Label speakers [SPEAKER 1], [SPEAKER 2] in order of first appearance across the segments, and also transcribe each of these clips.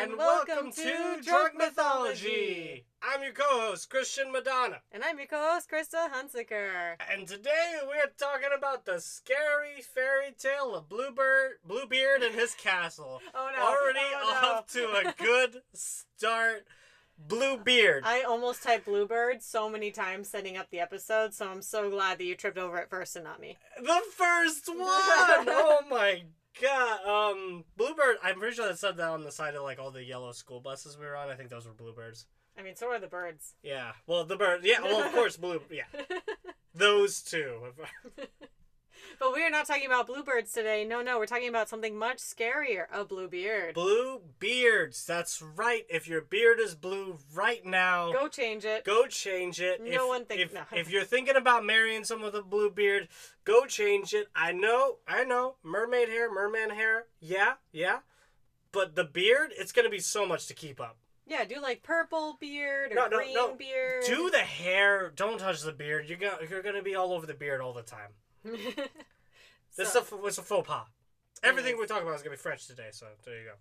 [SPEAKER 1] And welcome to Drunk Mythology. I'm your co-host Christian Madonna,
[SPEAKER 2] And I'm your co host, Krista Hunsaker.
[SPEAKER 1] and today we're talking about the scary fairy tale of Bluebird, Bluebeard, and his castle.
[SPEAKER 2] Oh no.
[SPEAKER 1] Already
[SPEAKER 2] Oh, no.
[SPEAKER 1] off to a good start. Bluebeard.
[SPEAKER 2] I almost typed Bluebird so many times setting up the episode, so I'm so glad that you tripped over it first and not me.
[SPEAKER 1] The first one! oh my god. Um, Bluebird, I'm pretty sure that said that on the side of like all the yellow school buses we were on. I think those were Bluebirds.
[SPEAKER 2] I mean, so are the birds.
[SPEAKER 1] Yeah. Well, the bird. Yeah, well, of course, Blue. Yeah. Those two.
[SPEAKER 2] But we are not talking about bluebirds today. No, no, we're talking about something much scarier a Bluebeard.
[SPEAKER 1] Blue beards. That's right. If your beard is blue right now,
[SPEAKER 2] Go change it.
[SPEAKER 1] go change it.
[SPEAKER 2] No
[SPEAKER 1] if,
[SPEAKER 2] one think-
[SPEAKER 1] if,
[SPEAKER 2] no.
[SPEAKER 1] if you're thinking about marrying someone with a blue beard, go change it. I know, I know. Mermaid hair, merman hair. Yeah, yeah. But the beard, it's gonna be so much to keep up.
[SPEAKER 2] Yeah, do like purple beard or
[SPEAKER 1] No, no,
[SPEAKER 2] green
[SPEAKER 1] no.
[SPEAKER 2] beard.
[SPEAKER 1] Do the hair. Don't touch the beard. You're gonna you're gonna be all over the beard all the time. This
[SPEAKER 2] So-
[SPEAKER 1] is a, it's a faux pas. Everything
[SPEAKER 2] Yes.
[SPEAKER 1] we talk about is gonna be French today. So there you go.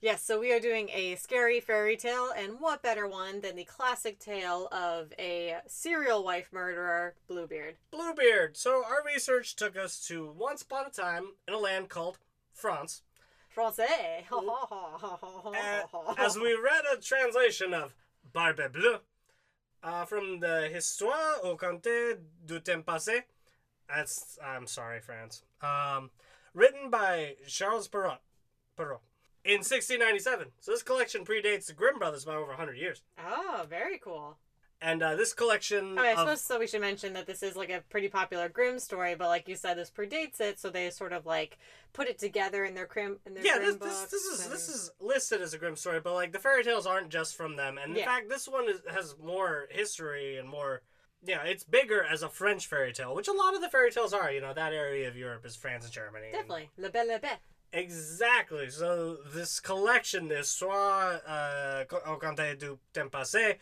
[SPEAKER 2] Yes, so we are doing a scary fairy tale, and what better one than the classic tale of a serial wife murderer, Bluebeard?
[SPEAKER 1] Bluebeard. So our research took us to once upon a time in a land called France.
[SPEAKER 2] Francais!
[SPEAKER 1] Uh,
[SPEAKER 2] Oh.
[SPEAKER 1] as we read a translation of Barbe Bleue uh, from the Histoire au Conte du Temps Passé. That's, I'm sorry, France. Um, written by Charles Perrault, Perrault in 1697. So this collection predates the Grimm brothers by over 100 years.
[SPEAKER 2] Oh, very cool.
[SPEAKER 1] And uh, this collection.
[SPEAKER 2] Oh, I
[SPEAKER 1] of-
[SPEAKER 2] suppose so. We should mention that this is like a pretty popular Grimm story, but like you said, this predates it, so they sort of like put it together in their Grimm in their
[SPEAKER 1] yeah,
[SPEAKER 2] Grimm
[SPEAKER 1] this, this,
[SPEAKER 2] books
[SPEAKER 1] this is
[SPEAKER 2] and-
[SPEAKER 1] this is listed as a grim story, but like the fairy tales aren't just from them, and in
[SPEAKER 2] Yeah.
[SPEAKER 1] fact, this one is, has more history and more. Yeah, it's bigger as a French fairy tale, which a lot of the fairy tales are. You know, that area of Europe is France and Germany. and-
[SPEAKER 2] definitely La Belle la Bête.
[SPEAKER 1] Exactly. So this collection, this Soir uh, au Conte du Temps Passé,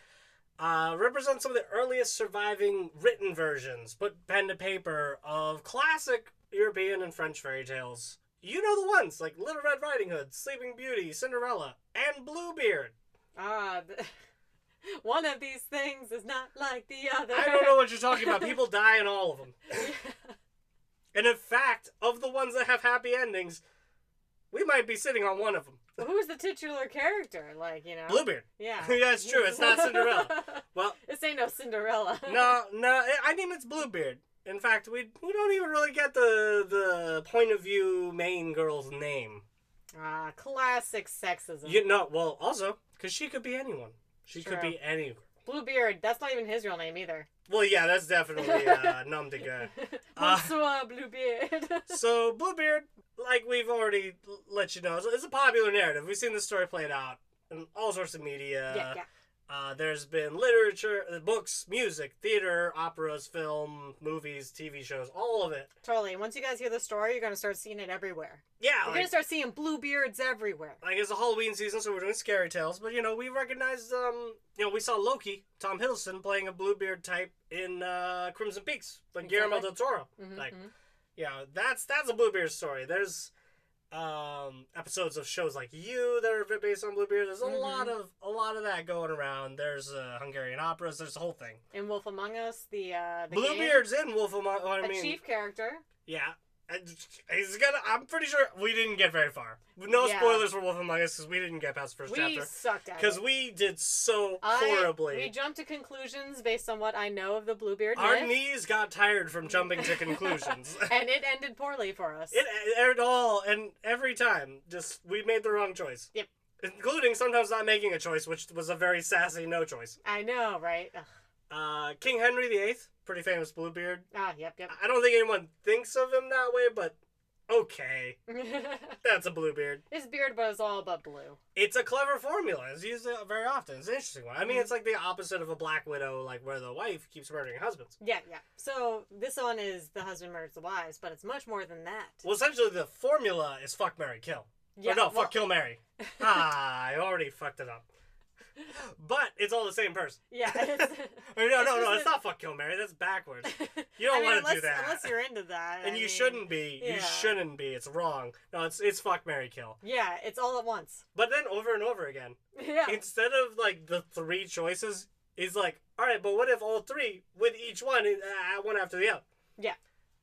[SPEAKER 1] uh, represents some of the earliest surviving written versions, put pen to paper, of classic European and French fairy tales. You know the ones like Little Red Riding Hood, Sleeping Beauty, Cinderella, and Bluebeard.
[SPEAKER 2] Ah, the... one of these things is not like the other.
[SPEAKER 1] I don't know what you're talking about. People die in all of them. And in fact, of the ones that have happy endings, we might be sitting on one of them.
[SPEAKER 2] Who's the titular character? Like you know,
[SPEAKER 1] Bluebeard.
[SPEAKER 2] yeah,
[SPEAKER 1] yeah, it's true. It's not Cinderella. Well,
[SPEAKER 2] this ain't no Cinderella.
[SPEAKER 1] no, no. I- I mean, it's Bluebeard. In fact, we we don't even really get the the point of view main girl's name.
[SPEAKER 2] Ah, classic sexism.
[SPEAKER 1] You know, well, also because she could be anyone. She could
[SPEAKER 2] True.
[SPEAKER 1] be any.
[SPEAKER 2] Bluebeard. That's not even his real name either.
[SPEAKER 1] Well, yeah, that's definitely uh, nom de guerre. Ah.
[SPEAKER 2] Monsieur Bluebeard.
[SPEAKER 1] So Bluebeard, like we've already l- let you know, it's- it's a popular narrative. We've seen this story played out in all sorts of media.
[SPEAKER 2] yeah, yeah.
[SPEAKER 1] Uh, there's been literature, uh, books, music, theater, operas, film, movies, TV shows, all of it.
[SPEAKER 2] Totally. Once you guys hear the story, you're gonna start seeing it everywhere.
[SPEAKER 1] Yeah,
[SPEAKER 2] You're
[SPEAKER 1] like-
[SPEAKER 2] gonna start seeing Bluebeards everywhere.
[SPEAKER 1] like it's a Halloween season, so we're doing scary tales. But you know, we recognized, um, you know, we saw Loki, Tom Hiddleston playing a Bluebeard type in uh, Crimson Peaks, like Guillermo del Toro.
[SPEAKER 2] Mhm,
[SPEAKER 1] Like,
[SPEAKER 2] mhm.
[SPEAKER 1] yeah, that's that's a Bluebeard story. There's um episodes of shows like you that are based on Bluebeard. There's a
[SPEAKER 2] Mhm.
[SPEAKER 1] lot of a lot of that going around. There's uh, Hungarian operas. There's the whole thing.
[SPEAKER 2] in Wolf Among Us, the uh, the game,
[SPEAKER 1] Bluebeard's in Wolf Among. I
[SPEAKER 2] a
[SPEAKER 1] mean,
[SPEAKER 2] chief character.
[SPEAKER 1] yeah. And He's gonna. I'm pretty sure we didn't get very far. No
[SPEAKER 2] Yeah.
[SPEAKER 1] spoilers for Wolf Among Us because we didn't get past the first
[SPEAKER 2] We
[SPEAKER 1] chapter.
[SPEAKER 2] sucked at
[SPEAKER 1] Because
[SPEAKER 2] it.
[SPEAKER 1] we did so
[SPEAKER 2] I-
[SPEAKER 1] horribly.
[SPEAKER 2] we jumped to conclusions based on what I know of the Bluebeard
[SPEAKER 1] Our
[SPEAKER 2] myth,
[SPEAKER 1] knees got tired from jumping to conclusions.
[SPEAKER 2] and it ended poorly for us.
[SPEAKER 1] it, it all, and every time, just we made the wrong choice.
[SPEAKER 2] Yep.
[SPEAKER 1] Including sometimes not making a choice, which was a very sassy no choice.
[SPEAKER 2] I know, right? Ugh.
[SPEAKER 1] Uh, King Henry VIII, pretty famous Bluebeard.
[SPEAKER 2] Ah, yep, yep.
[SPEAKER 1] I don't think anyone thinks of him that way, but okay, that's a Bluebeard.
[SPEAKER 2] His beard was all but blue.
[SPEAKER 1] It's a clever formula. It's used uh, very often. It's an interesting one. I
[SPEAKER 2] Mm.
[SPEAKER 1] mean, it's like the opposite of a Black Widow, like where the wife keeps murdering husbands.
[SPEAKER 2] Yeah, yeah. So this one is the husband murders the wives, but it's much more than that.
[SPEAKER 1] Well, essentially, the formula is fuck, Mary, kill.
[SPEAKER 2] yeah,
[SPEAKER 1] or no,
[SPEAKER 2] well,
[SPEAKER 1] fuck, kill, Mary. ah, I already fucked it up. but it's all the same person.
[SPEAKER 2] Yeah. it's-
[SPEAKER 1] Or no, no,
[SPEAKER 2] just
[SPEAKER 1] no,
[SPEAKER 2] a-
[SPEAKER 1] it's not fuck kill Mary. That's backwards. You
[SPEAKER 2] I
[SPEAKER 1] don't
[SPEAKER 2] mean,
[SPEAKER 1] want to
[SPEAKER 2] unless-
[SPEAKER 1] do that.
[SPEAKER 2] Unless you're into that.
[SPEAKER 1] and
[SPEAKER 2] I
[SPEAKER 1] you
[SPEAKER 2] mean,
[SPEAKER 1] shouldn't be.
[SPEAKER 2] yeah.
[SPEAKER 1] You shouldn't be. It's wrong. No, it's it's fuck Mary kill.
[SPEAKER 2] Yeah, it's all at once.
[SPEAKER 1] But then over and over again.
[SPEAKER 2] Yeah.
[SPEAKER 1] Instead of like the three choices, he's like, all right, but what if all three with each one, uh, one after the other?
[SPEAKER 2] Yeah.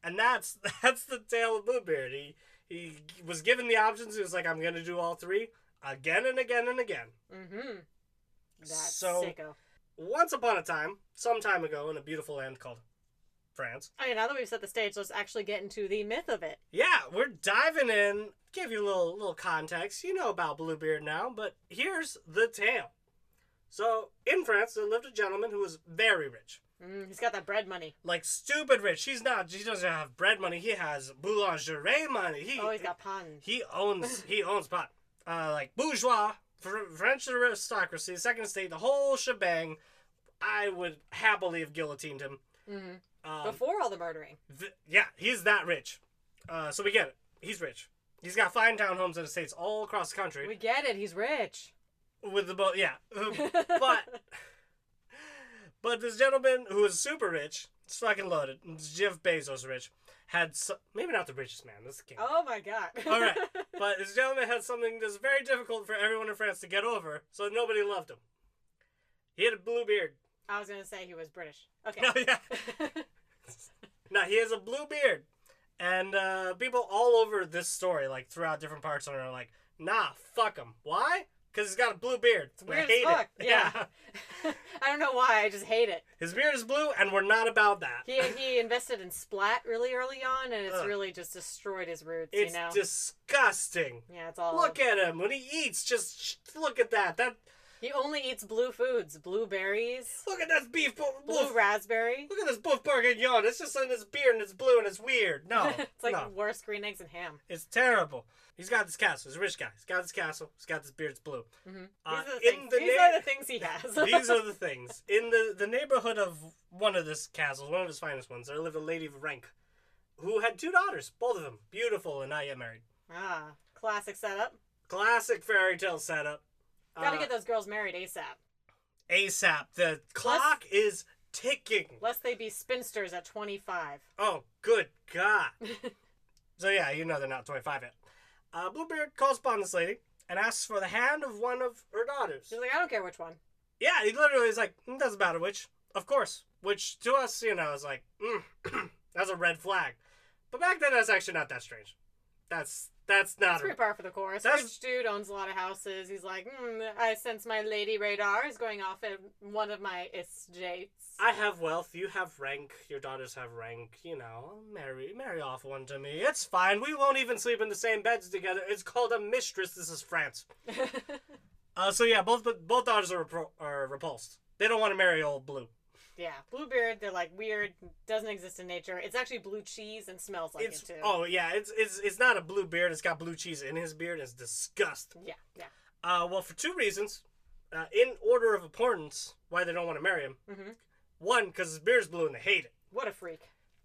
[SPEAKER 1] And that's that's the tale of Bluebeard. He he was given the options. He was like, I'm gonna do all three again and again and again.
[SPEAKER 2] Mm-hmm. That's
[SPEAKER 1] So-
[SPEAKER 2] sicko.
[SPEAKER 1] Once upon a time, some time ago, in a beautiful land called France.
[SPEAKER 2] I mean, now that we've set the stage, let's actually get into the myth of it.
[SPEAKER 1] Yeah, we're diving in. Give you a little little context. You know about Bluebeard now, but here's the tale. So in France, there lived a gentleman who was very rich,
[SPEAKER 2] Mm, he's got that bread money.
[SPEAKER 1] like stupid rich. He's not. He doesn't have bread money. He has boulangerie money. He
[SPEAKER 2] Oh, he's got puns.
[SPEAKER 1] he owns he owns pot. Uh, like bourgeois fr- French aristocracy, second state, the whole shebang. I would happily have guillotined him.
[SPEAKER 2] hmm
[SPEAKER 1] Um,
[SPEAKER 2] Before all the murdering.
[SPEAKER 1] Th- yeah, he's that rich. Uh, so we get it. He's rich. He's got fine townhomes and estates all across the country
[SPEAKER 2] We get it. He's rich.
[SPEAKER 1] with the boat. Yeah, but but this gentleman who is super rich, it's fucking loaded. Jeff Bezos rich had s maybe not the richest man. This king.
[SPEAKER 2] Oh my god.
[SPEAKER 1] All right, but this gentleman had something that's very difficult for everyone in France to get over, so nobody loved him. He had a blue beard.
[SPEAKER 2] I was gonna say he was British. Okay.
[SPEAKER 1] No, yeah. Now he has a blue beard, and uh, people all over this story, like throughout different parts of it, are like, "Nah, fuck him." Why? Because he's got a blue beard. It's
[SPEAKER 2] weird as fuck, yeah. I don't know why. I just hate it.
[SPEAKER 1] his beard is blue, and we're not about that.
[SPEAKER 2] He he invested in splat really early on, and it's
[SPEAKER 1] Ugh.
[SPEAKER 2] really just destroyed his roots.
[SPEAKER 1] It's
[SPEAKER 2] you know.
[SPEAKER 1] disgusting.
[SPEAKER 2] yeah, it's all.
[SPEAKER 1] Look at him when he eats. Just sh- look at that. That
[SPEAKER 2] He only eats blue foods: blueberries,
[SPEAKER 1] look at that beef. bu-
[SPEAKER 2] blue
[SPEAKER 1] Boof.
[SPEAKER 2] raspberry.
[SPEAKER 1] Look at this beef bourguignon. It's just in his beard, and it's blue, and it's weird. No,
[SPEAKER 2] it's like
[SPEAKER 1] no.
[SPEAKER 2] worse green eggs and ham.
[SPEAKER 1] It's terrible. He's got this castle. He's a rich guy. He's got this castle. He's got this beard. It's blue.
[SPEAKER 2] Mhm.
[SPEAKER 1] Uh,
[SPEAKER 2] These, are, the
[SPEAKER 1] in
[SPEAKER 2] things,
[SPEAKER 1] the
[SPEAKER 2] these
[SPEAKER 1] na-
[SPEAKER 2] are the things he has.
[SPEAKER 1] These are the things. In the, the neighborhood of one of his castles, one of his finest ones, there lived a lady of rank who had two daughters, both of them beautiful and not yet married.
[SPEAKER 2] ah, classic setup.
[SPEAKER 1] Classic fairy tale setup.
[SPEAKER 2] Gotta
[SPEAKER 1] Uh,
[SPEAKER 2] get those girls married ASAP,
[SPEAKER 1] ASAP. The clock is ticking.
[SPEAKER 2] lest they be spinsters at 25.
[SPEAKER 1] Oh, good God. so, yeah, you know they're not 25 yet. Uh, Bluebeard calls upon this lady and asks for the hand of one of her daughters.
[SPEAKER 2] She's like, I don't care which one.
[SPEAKER 1] Yeah, he literally is like, "Mm, doesn't matter which. Of course. Which to us, you know, is like, mm, that's a red flag. But back then, that's actually not that strange. That's that's not.
[SPEAKER 2] It's pretty
[SPEAKER 1] A,
[SPEAKER 2] par for the course.
[SPEAKER 1] That's-
[SPEAKER 2] Rich dude owns a lot of houses. He's like, hmm, I sense my lady radar is going off at one of my estates.
[SPEAKER 1] I have wealth. You have rank. Your daughters have rank. You know, marry marry off one to me. It's fine. We won't even sleep in the same beds together. It's called a mistress. This is France. Uh, so yeah, both both daughters are, repro- are repulsed. They don't want to marry old blue.
[SPEAKER 2] yeah, Bluebeard, they're like weird, doesn't exist in nature. It's actually blue cheese and smells like
[SPEAKER 1] it's
[SPEAKER 2] it too.
[SPEAKER 1] oh yeah, it's it's it's not a blue beard. It's got blue cheese in his beard. It's disgusting.
[SPEAKER 2] Yeah, yeah.
[SPEAKER 1] Uh, well, for two reasons, uh, in order of importance, why they don't want to marry him.
[SPEAKER 2] hmm
[SPEAKER 1] One, because his beard's blue and they hate it.
[SPEAKER 2] What a freak.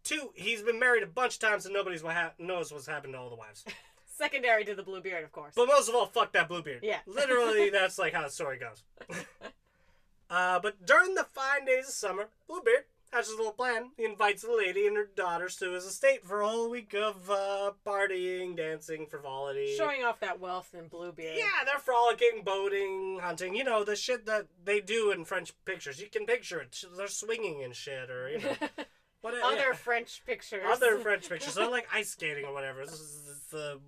[SPEAKER 1] Two, he's been married a bunch of times and nobody's what ha- knows what's happened to all the wives.
[SPEAKER 2] Secondary to the Bluebeard, of course.
[SPEAKER 1] But most of all, fuck that blue beard.
[SPEAKER 2] Yeah.
[SPEAKER 1] Literally, that's like how the story goes. uh, but during the fine days of summer, Bluebeard has his little plan. He invites the lady and her daughters to his estate for a whole week of uh, partying, dancing, frivolity.
[SPEAKER 2] Showing off that wealth in Bluebeard.
[SPEAKER 1] Yeah, they're frolicking, boating, hunting. You know the shit that they do in French pictures. You can picture it. They're swinging and shit, or you know, what
[SPEAKER 2] Other
[SPEAKER 1] yeah.
[SPEAKER 2] French pictures.
[SPEAKER 1] other French pictures. They're like ice skating or whatever. This is this is the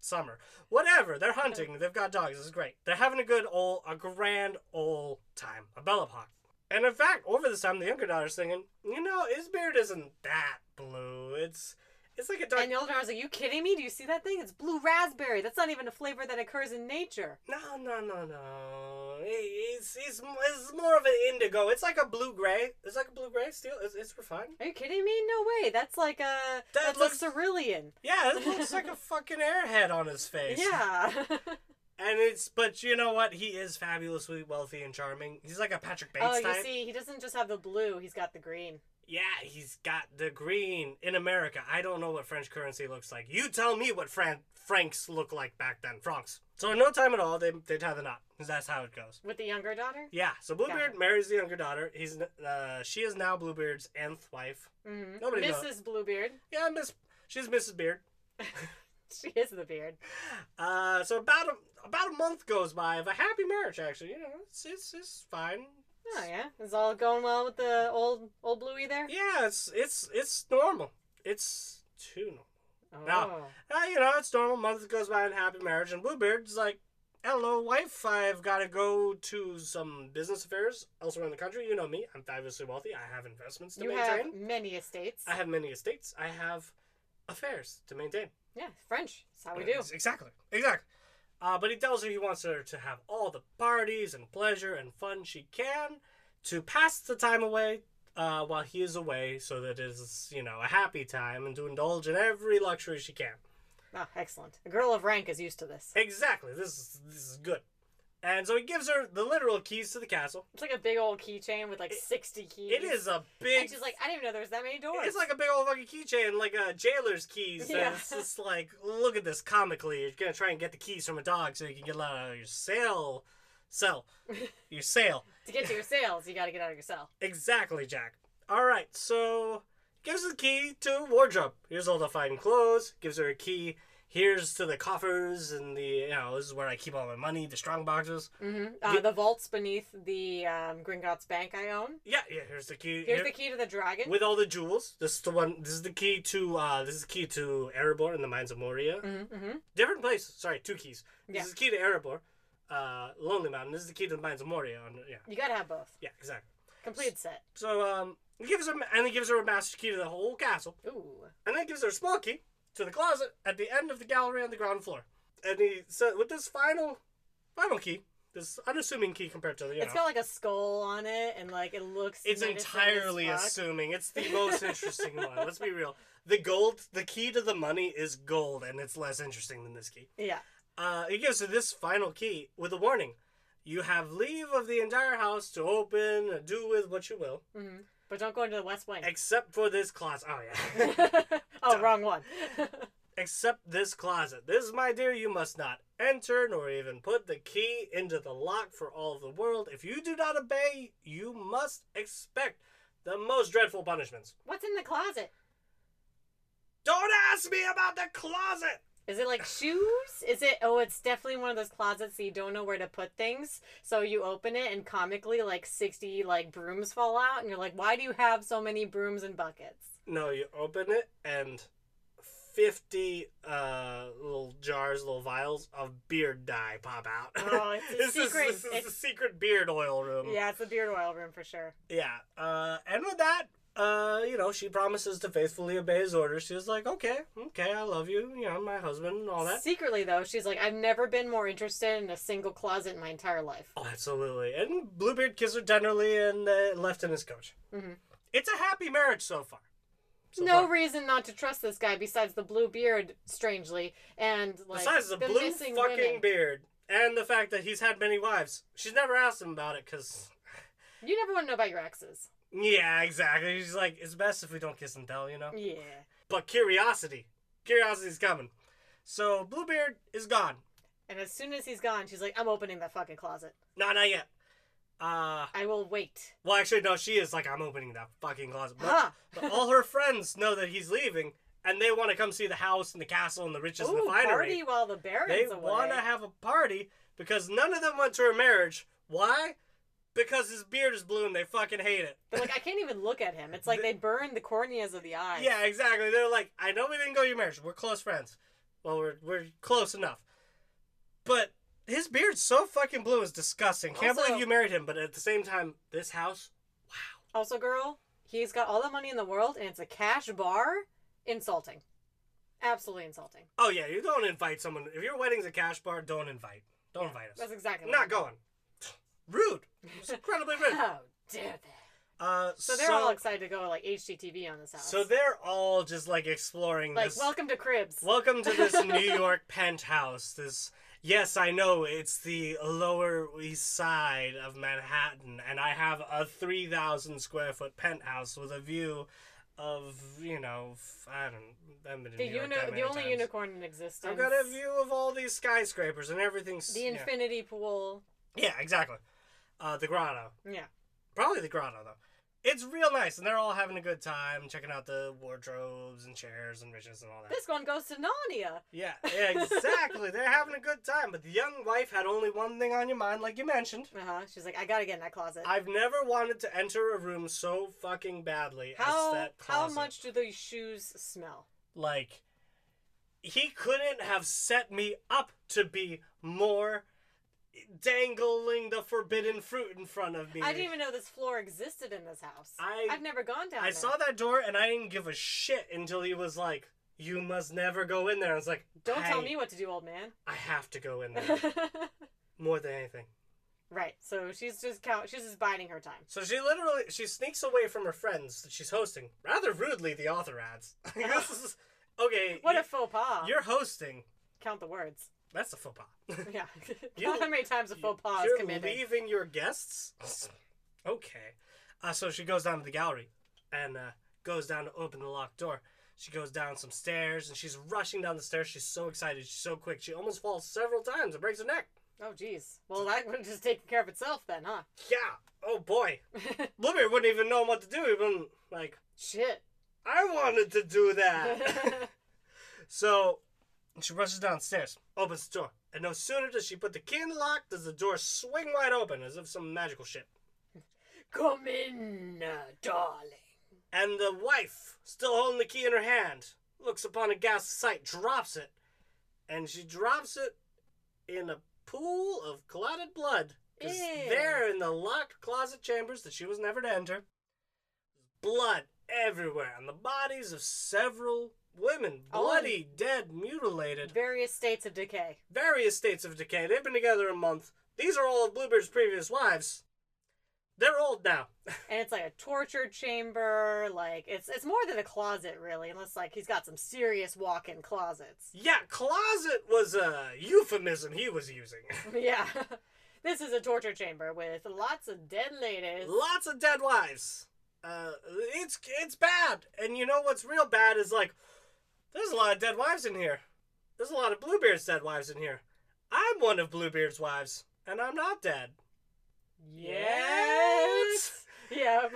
[SPEAKER 1] summer, whatever. They're hunting. They've got dogs. This is great. They're having a good old, a grand old time, a bellahawk. And in fact, over this time, the younger daughter's thinking, you know, his beard isn't that blue. It's it's like a dark
[SPEAKER 2] And the older I was like, you kidding me? Do you see that thing? It's blue raspberry. That's not even a flavor that occurs in nature.
[SPEAKER 1] No, no, no, no. It's, it's, it's more of an indigo. It's like a blue gray. It's like a blue gray steel. It's, it's refined.
[SPEAKER 2] Are you kidding me? No way. That's like a
[SPEAKER 1] That
[SPEAKER 2] that's
[SPEAKER 1] looks-
[SPEAKER 2] a cerulean.
[SPEAKER 1] Yeah, it looks like a fucking airhead on his face.
[SPEAKER 2] Yeah.
[SPEAKER 1] And it's but you know what? He is fabulously wealthy and charming. He's like a Patrick Bates
[SPEAKER 2] oh, you
[SPEAKER 1] type.
[SPEAKER 2] see, he doesn't just have the blue; he's got the green.
[SPEAKER 1] Yeah, he's got the green in America. I don't know what French currency looks like. You tell me what Fran- francs look like back then, francs. So in no time at all, they they tie the knot. 'cause that's how it goes.
[SPEAKER 2] With the younger daughter.
[SPEAKER 1] Yeah. So Bluebeard
[SPEAKER 2] Gotcha.
[SPEAKER 1] marries the younger daughter. He's n- uh, she is now Bluebeard's nth wife.
[SPEAKER 2] Mm-hmm.
[SPEAKER 1] Nobody knows.
[SPEAKER 2] Mrs. Bluebeard.
[SPEAKER 1] Yeah, Miss she's Mrs. Beard.
[SPEAKER 2] She is the beard.
[SPEAKER 1] Uh, so about a about a month goes by of a happy marriage. Actually, you know, it's it's, it's fine.
[SPEAKER 2] Oh yeah, is all going well with the old old Bluey there?
[SPEAKER 1] Yeah, it's it's it's normal. It's too normal.
[SPEAKER 2] Oh.
[SPEAKER 1] No. Uh, you know, it's normal. Month goes by in happy marriage, and Bluebeard's like, "Hello, wife. I've got to go to some business affairs elsewhere in the country. You know me. I'm fabulously wealthy. I have investments to
[SPEAKER 2] You
[SPEAKER 1] maintain.
[SPEAKER 2] have many estates.
[SPEAKER 1] I have many estates. I have affairs to maintain.
[SPEAKER 2] yeah, French. That's how we do.
[SPEAKER 1] Ex- Exactly. Exactly. Uh, but he tells her he wants her to have all the parties and pleasure and fun she can to pass the time away uh, while he is away so that it is, you know, a happy time and to indulge in every luxury she can.
[SPEAKER 2] Oh, excellent. A girl of rank is used to this.
[SPEAKER 1] Exactly. This is, this is good. And so he gives her the literal keys to the castle.
[SPEAKER 2] It's like a big old keychain with like sixty keys.
[SPEAKER 1] It is a
[SPEAKER 2] And
[SPEAKER 1] big.
[SPEAKER 2] she's like, I didn't even know there was that many doors.
[SPEAKER 1] It's like a big old fucking keychain, like a jailer's keys.
[SPEAKER 2] Yeah.
[SPEAKER 1] And it's just like, look at this comically. You're gonna try and get the keys from a dog so you can get out of your sale, sell, your sale.
[SPEAKER 2] to get to your sales, you got to get out of your cell.
[SPEAKER 1] Exactly, Jack. All right, so gives her the key to a wardrobe. Here's all the fine clothes. Gives her a key. Here's to the coffers and the you know this is where I keep all my money, the strong boxes.
[SPEAKER 2] Mm-hmm. Uh,
[SPEAKER 1] Ye-
[SPEAKER 2] The vaults beneath the um, Gringotts Bank I own.
[SPEAKER 1] Yeah, yeah. Here's the key.
[SPEAKER 2] Here's
[SPEAKER 1] here-
[SPEAKER 2] the key to the dragon.
[SPEAKER 1] with all the jewels. This is the one. This is the key to. Uh, this is the key to Erebor and the mines of Moria.
[SPEAKER 2] mm-hmm.
[SPEAKER 1] Different place. Sorry, two keys.
[SPEAKER 2] Yeah.
[SPEAKER 1] This is the key to Erebor, uh, Lonely Mountain. This is the key to the mines of Moria. On, yeah,
[SPEAKER 2] You got to have both.
[SPEAKER 1] yeah, exactly.
[SPEAKER 2] Complete set.
[SPEAKER 1] So um, he gives her and he gives her a master key to the whole castle,
[SPEAKER 2] Ooh.
[SPEAKER 1] and then gives her a small key to the closet at the end of the gallery on the ground floor. And he so with this final, final key, this unassuming key compared to the. You
[SPEAKER 2] It's
[SPEAKER 1] know,
[SPEAKER 2] got like a skull on it, and like it looks.
[SPEAKER 1] It's
[SPEAKER 2] menacing
[SPEAKER 1] entirely
[SPEAKER 2] as fuck.
[SPEAKER 1] assuming. It's the most interesting one. Let's be real. The gold, the key to the money is gold, and it's less interesting than this key.
[SPEAKER 2] Yeah.
[SPEAKER 1] Uh, it gives her this final key with a warning: you have leave of the entire house to open, and do with what you will,
[SPEAKER 2] hmm But don't go into the West Wing.
[SPEAKER 1] except for this closet. Oh yeah,
[SPEAKER 2] oh, wrong one.
[SPEAKER 1] except this closet. This, my dear, you must not enter nor even put the key into the lock for all the world. If you do not obey, you must expect the most dreadful punishments.
[SPEAKER 2] What's in the closet?
[SPEAKER 1] Don't ask me about the closet.
[SPEAKER 2] Is it like shoes? Is it? Oh, it's definitely one of those closets that you don't know where to put things. So you open it, and comically, like sixty like brooms fall out, and you're like, "Why do you have so many brooms and buckets?"
[SPEAKER 1] No, you open it and fifty uh, little jars, little vials of beard dye pop out.
[SPEAKER 2] Oh, it's a
[SPEAKER 1] this
[SPEAKER 2] secret.
[SPEAKER 1] Is, this is the
[SPEAKER 2] It's-
[SPEAKER 1] secret beard oil room.
[SPEAKER 2] Yeah, it's the beard oil room for sure.
[SPEAKER 1] Yeah. Uh, and with that, uh, you know, she promises to faithfully obey his orders. She's like, okay, okay, I love you. You know, my husband and all that.
[SPEAKER 2] Secretly, though, she's like, I've never been more interested in a single closet in my entire life.
[SPEAKER 1] Oh, absolutely. And Bluebeard kissed her tenderly and uh, left in his coach.
[SPEAKER 2] Mhm.
[SPEAKER 1] It's a happy marriage so far. So
[SPEAKER 2] no
[SPEAKER 1] far.
[SPEAKER 2] reason not to trust this guy besides the blue beard, strangely, and like
[SPEAKER 1] Besides the, blue
[SPEAKER 2] missing
[SPEAKER 1] fucking
[SPEAKER 2] women.
[SPEAKER 1] beard and the fact that he's had many wives, she's never asked him about it because.
[SPEAKER 2] You never want to know about your exes.
[SPEAKER 1] Yeah, exactly. She's like, it's best if we don't kiss and tell, you know?
[SPEAKER 2] Yeah,
[SPEAKER 1] But curiosity. Curiosity's coming. So Bluebeard is gone.
[SPEAKER 2] and as soon as he's gone, she's like, I'm opening that fucking closet.
[SPEAKER 1] No, not yet. Uh,
[SPEAKER 2] I will wait.
[SPEAKER 1] well, actually, no, she is like, I'm opening that fucking closet. But,
[SPEAKER 2] Huh.
[SPEAKER 1] but all her friends know that he's leaving and they want to come see the house and the castle and the riches and
[SPEAKER 2] Ooh,
[SPEAKER 1] the finery.
[SPEAKER 2] party while the baron's
[SPEAKER 1] They
[SPEAKER 2] away.
[SPEAKER 1] want to have a party because none of them went to her marriage. Why? Because his beard is blue and they fucking hate it.
[SPEAKER 2] They're like, I can't even look at him. It's like they burned the corneas of the eyes.
[SPEAKER 1] Yeah, exactly. They're like, I know we didn't go to your marriage. We're close friends. Well, we're we're close enough. But his beard's so fucking blue is disgusting. Can't
[SPEAKER 2] Also-
[SPEAKER 1] believe you married him. But at the same time, this house, wow.
[SPEAKER 2] Also, girl, he's got all the money in the world, and it's a cash bar. Insulting. Absolutely insulting.
[SPEAKER 1] Oh yeah, you don't invite someone. If your wedding's a cash bar, don't invite. Don't invite us.
[SPEAKER 2] That's exactly what
[SPEAKER 1] Not
[SPEAKER 2] I'm-
[SPEAKER 1] going. Rude. It's incredibly rude.
[SPEAKER 2] How dare they?
[SPEAKER 1] Uh,
[SPEAKER 2] Oh, So they're all excited to go like HGTV on this house.
[SPEAKER 1] So they're all just like exploring
[SPEAKER 2] like,
[SPEAKER 1] this.
[SPEAKER 2] welcome to Cribs.
[SPEAKER 1] Welcome to this New York penthouse. This Yes, I know. It's the Lower East Side of Manhattan, and I have a 3,000 square foot penthouse with a view of, you know, f- I don't I've been to
[SPEAKER 2] The
[SPEAKER 1] New York
[SPEAKER 2] uni-
[SPEAKER 1] that
[SPEAKER 2] the
[SPEAKER 1] many
[SPEAKER 2] only
[SPEAKER 1] times.
[SPEAKER 2] unicorn in existence.
[SPEAKER 1] I've got a view of all these skyscrapers and everything's.
[SPEAKER 2] The
[SPEAKER 1] yeah.
[SPEAKER 2] infinity pool.
[SPEAKER 1] yeah, exactly. Uh, the grotto.
[SPEAKER 2] Yeah.
[SPEAKER 1] Probably the grotto, though. It's real nice, and they're all having a good time, checking out the wardrobes and chairs and riches and all that.
[SPEAKER 2] This one goes to Narnia.
[SPEAKER 1] Yeah, yeah, exactly. They're having a good time, but the young wife had only one thing on your mind, like you mentioned.
[SPEAKER 2] Uh huh. She's like, I gotta get in that closet.
[SPEAKER 1] I've never wanted to enter a room so fucking badly as
[SPEAKER 2] how
[SPEAKER 1] that
[SPEAKER 2] how
[SPEAKER 1] closet.
[SPEAKER 2] much do those shoes smell?
[SPEAKER 1] Like, he couldn't have set me up to be more dangling the forbidden fruit in front of me.
[SPEAKER 2] I didn't even know this floor existed in this house.
[SPEAKER 1] I-
[SPEAKER 2] have never gone down.
[SPEAKER 1] I
[SPEAKER 2] there.
[SPEAKER 1] saw that door and I didn't give a shit until he was like, "You must never go in there." I was like,
[SPEAKER 2] Don't tell
[SPEAKER 1] "I-
[SPEAKER 2] me what to do, old man.
[SPEAKER 1] I have to go in there more than anything."
[SPEAKER 2] right. So she's just count. She's just biding her time.
[SPEAKER 1] So she literally she sneaks away from her friends that she's hosting. Rather rudely, the author adds. this is okay.
[SPEAKER 2] What
[SPEAKER 1] you-
[SPEAKER 2] a faux pas.
[SPEAKER 1] you're hosting?
[SPEAKER 2] Count the words.
[SPEAKER 1] That's a faux pas.
[SPEAKER 2] Yeah.
[SPEAKER 1] You-
[SPEAKER 2] Count how many times a faux pas is
[SPEAKER 1] you're
[SPEAKER 2] committed.
[SPEAKER 1] leaving your guests. Okay. Uh, so she goes down to the gallery, and uh, goes down to open the locked door. She goes down some stairs, and she's rushing down the stairs. She's so excited. She's so quick. She almost falls several times and breaks her neck.
[SPEAKER 2] Oh, jeez. Well, that would just taken care of itself then, huh?
[SPEAKER 1] Yeah. Oh boy. Bluebeard wouldn't even know what to do. Even like
[SPEAKER 2] Shit.
[SPEAKER 1] I wanted to do that. So she rushes downstairs, opens the door, and no sooner does she put the key in the lock, does the door swing wide open as if some magical shit.
[SPEAKER 2] Come in, uh, darling.
[SPEAKER 1] And the wife, still holding the key in her hand, looks upon a ghastly sight, drops it, and she drops it in a pool of clotted blood. Because
[SPEAKER 2] Ew.
[SPEAKER 1] there in the locked closet chambers that she was never to enter, blood everywhere on the bodies of several women,
[SPEAKER 2] Oh.
[SPEAKER 1] bloody, dead, mutilated.
[SPEAKER 2] Various states of decay.
[SPEAKER 1] various states of decay. They've been together a month. These are all of Bluebeard's previous wives. They're old now.
[SPEAKER 2] And it's like a torture chamber. Like, it's it's more than a closet, really, unless, like, he's got some serious walk in closets.
[SPEAKER 1] Yeah, closet was a euphemism he was using.
[SPEAKER 2] yeah. this is a torture chamber with lots of dead ladies.
[SPEAKER 1] Lots of dead wives. Uh, it's it's bad. And you know what's real bad is like, there's a lot of dead wives in here. There's a lot of Bluebeard's dead wives in here. I'm one of Bluebeard's wives, and I'm not dead.
[SPEAKER 2] Yes. Yep.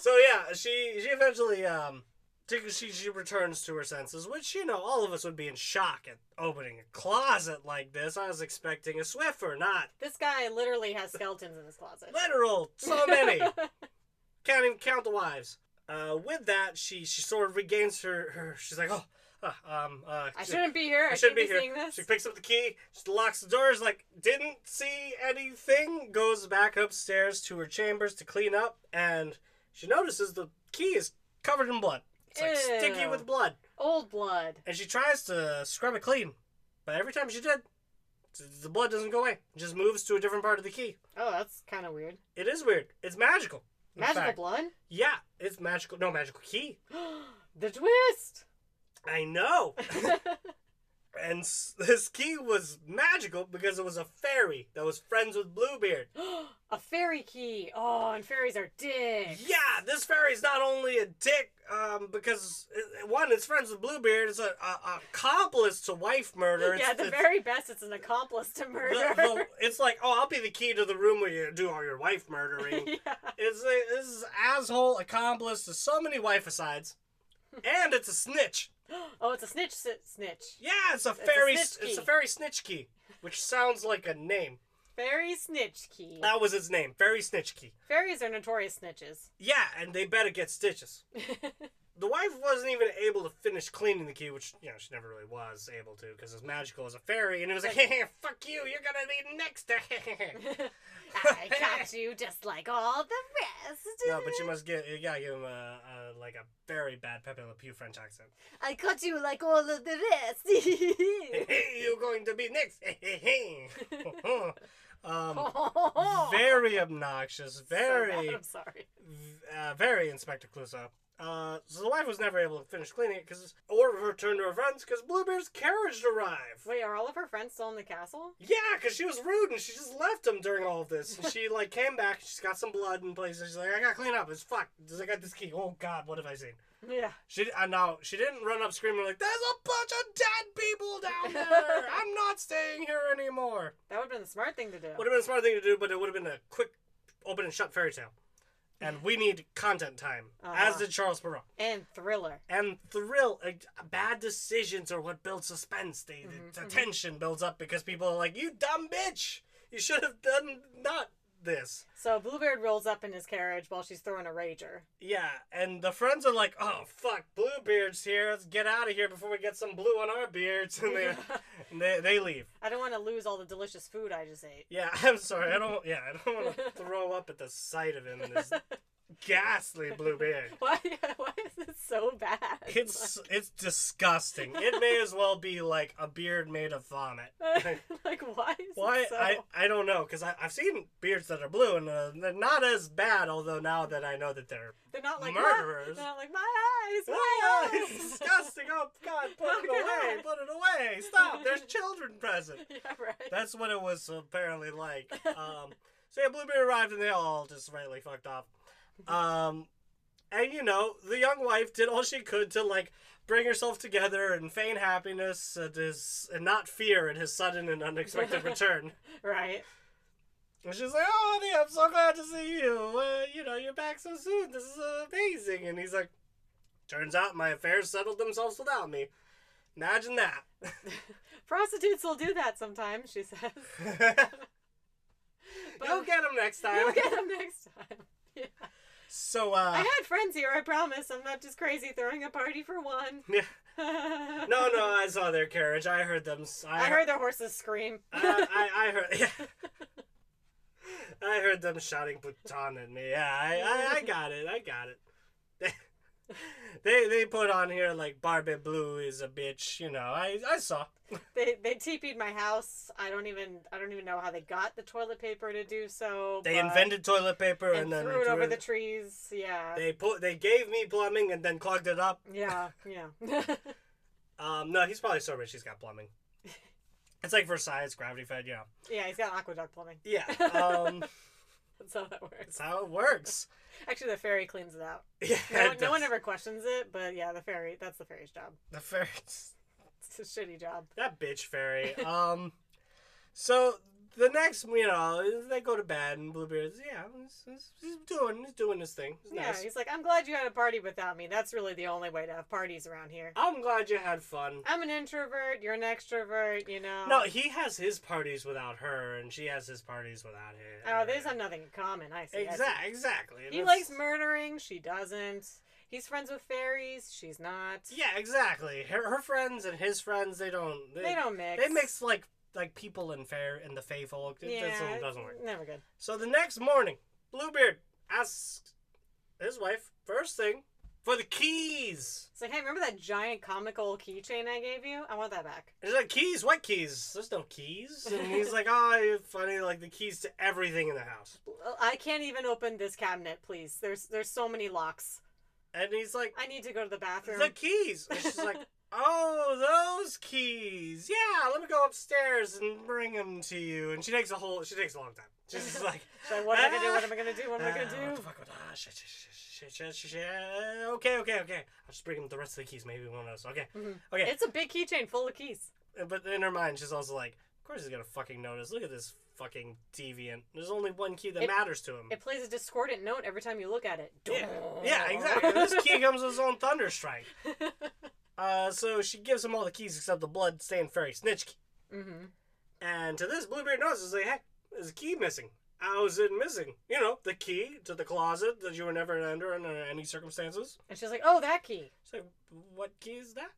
[SPEAKER 1] so yeah, she she eventually um t- she she returns to her senses, which you know all of us would be in shock at opening a closet like this. I was expecting a Swiffer, not
[SPEAKER 2] this guy literally has skeletons in his closet.
[SPEAKER 1] literal. So many can't even count the wives. Uh, with that, she she sort of regains her, her she's like oh. Uh, um, uh,
[SPEAKER 2] I
[SPEAKER 1] she-
[SPEAKER 2] shouldn't be here. I, shouldn't be, seeing this.
[SPEAKER 1] She picks up the key, she locks the doors, like, didn't see anything, goes back upstairs to her chambers to clean up, and she notices the key is covered in blood. It's like sticky
[SPEAKER 2] Ew.
[SPEAKER 1] with blood.
[SPEAKER 2] Old blood.
[SPEAKER 1] And she tries to scrub it clean, but every time she did, the blood doesn't go away. It just moves to a different part of the key.
[SPEAKER 2] Oh, that's kind of weird.
[SPEAKER 1] It is weird. It's magical. in
[SPEAKER 2] Magical
[SPEAKER 1] fact.
[SPEAKER 2] blood?
[SPEAKER 1] Yeah, it's magical. No, magical key.
[SPEAKER 2] the twist!
[SPEAKER 1] I know. and s- this key was magical because it was a fairy that was friends with Bluebeard.
[SPEAKER 2] a fairy key. Oh, and fairies are dicks.
[SPEAKER 1] Yeah, this fairy's not only a dick um, because uh, one, it's friends with Bluebeard. It's a, a, a accomplice to wife murder. It's,
[SPEAKER 2] yeah, the
[SPEAKER 1] it's,
[SPEAKER 2] very best. It's an accomplice to murder.
[SPEAKER 1] the- the- it's like, oh, I'll be the key to the room where you do all your wife murdering.
[SPEAKER 2] yeah.
[SPEAKER 1] It's a, this is asshole accomplice to so many wifeicides, and it's a snitch.
[SPEAKER 2] Oh, it's a snitch. si- Snitch.
[SPEAKER 1] Yeah, it's a
[SPEAKER 2] a
[SPEAKER 1] fairy. s-
[SPEAKER 2] snitch
[SPEAKER 1] it's a
[SPEAKER 2] key.
[SPEAKER 1] fairy snitch key, which sounds like a name.
[SPEAKER 2] Fairy snitch key.
[SPEAKER 1] That was its name, fairy snitch key.
[SPEAKER 2] Fairies are notorious snitches.
[SPEAKER 1] Yeah, and they better get stitches. the wife wasn't even able to finish cleaning the key, which you know she never really was able to because it's magical as a fairy, and it was like, "Fuck you, you're gonna be next."
[SPEAKER 2] I got you just like all the rest.
[SPEAKER 1] no, but you must get you gotta give him a, a like a very bad Pepe Le Pew French accent.
[SPEAKER 2] I cut you like all of the rest.
[SPEAKER 1] you're going to be next. um, very obnoxious,
[SPEAKER 2] So bad,
[SPEAKER 1] very,
[SPEAKER 2] I'm sorry.
[SPEAKER 1] uh, very Inspector Clouseau. Uh, so the wife was never able to finish cleaning it because, or return to her friends because Bluebeard's carriage arrived.
[SPEAKER 2] Wait, are all of her friends still in the castle?
[SPEAKER 1] Yeah, because she was rude and she just left him during all of this. And she like came back. She's got some blood in places. She's like, I gotta clean up. It's fucked. I got this key. Oh God, what have I seen?
[SPEAKER 2] Yeah.
[SPEAKER 1] She I know she didn't run up screaming like, "There's a bunch of dead people down there. I'm not staying here anymore."
[SPEAKER 2] That would have been the smart thing to do.
[SPEAKER 1] Would have been a smart thing to do, but it would have been a quick open and shut fairy tale. And we need content time, as
[SPEAKER 2] Uh-huh.
[SPEAKER 1] did Charles Perrault.
[SPEAKER 2] And thriller.
[SPEAKER 1] And thrill, uh, bad decisions are what builds suspense. The, the- the tension builds up because people are like, "You dumb bitch! You should have done not this."
[SPEAKER 2] So Bluebeard rolls up in his carriage while she's throwing a rager.
[SPEAKER 1] Yeah, and the friends are like, "Oh fuck, Bluebeard's here. Let's get out of here before we get some blue on our beards." And they, and they, they leave.
[SPEAKER 2] I don't want to lose all the delicious food I just ate.
[SPEAKER 1] Yeah, I'm sorry. I don't. Yeah, I don't want to throw up at the sight of him and his ghastly blue beard.
[SPEAKER 2] Why? Why is this so bad?
[SPEAKER 1] It's it's disgusting. It may as well be like a beard made of vomit.
[SPEAKER 2] like, why is
[SPEAKER 1] Why
[SPEAKER 2] it so?
[SPEAKER 1] I I don't know because I've seen beards that are blue and uh, they're not as bad. Although now that I know that they're
[SPEAKER 2] they're not like
[SPEAKER 1] murderers.
[SPEAKER 2] My, they're not like my eyes. My
[SPEAKER 1] Oh, it's
[SPEAKER 2] eyes.
[SPEAKER 1] disgusting. Oh God, put
[SPEAKER 2] Oh,
[SPEAKER 1] it
[SPEAKER 2] God.
[SPEAKER 1] away. Put it away. Stop. There's children present.
[SPEAKER 2] yeah, right.
[SPEAKER 1] That's what it was apparently like. Um, so yeah, Bluebeard arrived and they all just rightly fucked off. Um, and you know, the young wife did all she could to like bring herself together and feign happiness at his, and not fear at his sudden and unexpected return.
[SPEAKER 2] right.
[SPEAKER 1] And she's like, "Oh, honey, I'm so glad to see you. Uh, you know, you're back so soon. This is amazing." And he's like, "Turns out my affairs settled themselves without me. Imagine that."
[SPEAKER 2] Prostitutes will do that sometimes. She says. But
[SPEAKER 1] You'll get him next time.
[SPEAKER 2] You'll get them next time. Yeah.
[SPEAKER 1] So uh,
[SPEAKER 2] I had friends here. I promise. I'm not just crazy throwing a party for one.
[SPEAKER 1] Yeah.
[SPEAKER 2] no,
[SPEAKER 1] No, no, I saw their carriage. I heard them. s- I,
[SPEAKER 2] I heard the horses scream.
[SPEAKER 1] Uh, I, I, I heard. I heard them shouting "Bhutan" at me. Yeah, I, I, I got it. I got it. they, they put on here like Barbie Blue is a bitch. You know, I, I saw.
[SPEAKER 2] They they teepeed my house. I don't even I don't even know how they got the toilet paper to do so.
[SPEAKER 1] They
[SPEAKER 2] but-
[SPEAKER 1] invented toilet paper and,
[SPEAKER 2] and
[SPEAKER 1] then
[SPEAKER 2] threw it
[SPEAKER 1] they
[SPEAKER 2] over the trees. Yeah.
[SPEAKER 1] They put. They gave me plumbing and then clogged it up.
[SPEAKER 2] yeah, yeah.
[SPEAKER 1] Um, no, he's probably so rich he's got plumbing. It's like Versailles gravity fed. Yeah.
[SPEAKER 2] yeah, he's got aqueduct plumbing.
[SPEAKER 1] Yeah. Um,
[SPEAKER 2] That's how that works.
[SPEAKER 1] that's how it works.
[SPEAKER 2] Actually, the fairy cleans it out.
[SPEAKER 1] Yeah,
[SPEAKER 2] No,
[SPEAKER 1] it
[SPEAKER 2] no one
[SPEAKER 1] does.
[SPEAKER 2] ever questions it, but yeah, the fairy, that's the fairy's job.
[SPEAKER 1] The ferrets.
[SPEAKER 2] It's a shitty job.
[SPEAKER 1] That bitch fairy. Um, so the next, you know, they go to bed and Bluebeard's, yeah, he's, he's- he's doing, he's doing his thing. It's
[SPEAKER 2] Yeah,
[SPEAKER 1] nice.
[SPEAKER 2] he's like, I'm glad you had a party without me. That's really the only way to have parties around here.
[SPEAKER 1] I'm glad you had fun.
[SPEAKER 2] I'm an introvert, you're an extrovert, you know.
[SPEAKER 1] No, he has his parties without her, and she has his parties without him.
[SPEAKER 2] Oh, they just have nothing in common. I see. I see.
[SPEAKER 1] Exactly, exactly.
[SPEAKER 2] He
[SPEAKER 1] That's-
[SPEAKER 2] likes murdering, she doesn't. He's friends with fairies, she's not.
[SPEAKER 1] Yeah, exactly. Her, her friends and his friends, they don't. They,
[SPEAKER 2] They don't mix.
[SPEAKER 1] They mix like like people and fair and the fae folk. It
[SPEAKER 2] Yeah,
[SPEAKER 1] doesn't,
[SPEAKER 2] it's
[SPEAKER 1] doesn't work.
[SPEAKER 2] Never good.
[SPEAKER 1] So the next morning, Bluebeard asks his wife first thing for the keys.
[SPEAKER 2] It's like, hey, remember that giant comical keychain I gave you? I want that back.
[SPEAKER 1] And she's like, keys? What keys? There's no keys. And he's like, oh, you're funny. Like, the keys to everything in the house.
[SPEAKER 2] I can't even open this cabinet, please. There's there's so many locks.
[SPEAKER 1] And he's like,
[SPEAKER 2] I need to go to the bathroom.
[SPEAKER 1] the keys. And she's like, oh, those keys. Yeah, let me go upstairs and bring them to you. And she takes a whole, she takes a long time. She's just like,
[SPEAKER 2] So what am I gonna do? What
[SPEAKER 1] "Ah."
[SPEAKER 2] am I gonna do? What am I
[SPEAKER 1] Ah,
[SPEAKER 2] gonna
[SPEAKER 1] what
[SPEAKER 2] do?
[SPEAKER 1] the fuck? What- ah, shit, shit, shit, shit, shit, shit, shit. Okay, okay, okay. I'll just bring him the rest of the keys. Maybe one else. Okay, okay.
[SPEAKER 2] It's a big keychain full of keys.
[SPEAKER 1] Uh, but in her mind, she's also like, of course he's gonna fucking notice. Look at this fucking deviant. There's only one key that
[SPEAKER 2] It-
[SPEAKER 1] matters to him.
[SPEAKER 2] It plays a discordant note every time you look at it.
[SPEAKER 1] yeah, yeah, exactly. this key comes with his own thunder strike. Uh, so she gives him all the keys except the bloodstained fairy snitch key.
[SPEAKER 2] mm-hmm.
[SPEAKER 1] And to this, Bluebeard notices, like, hey, there's a key missing. How is it missing? You know, the key to the closet that you were never under under any circumstances.
[SPEAKER 2] And she's like, "Oh, that key.
[SPEAKER 1] It's like, what key is that?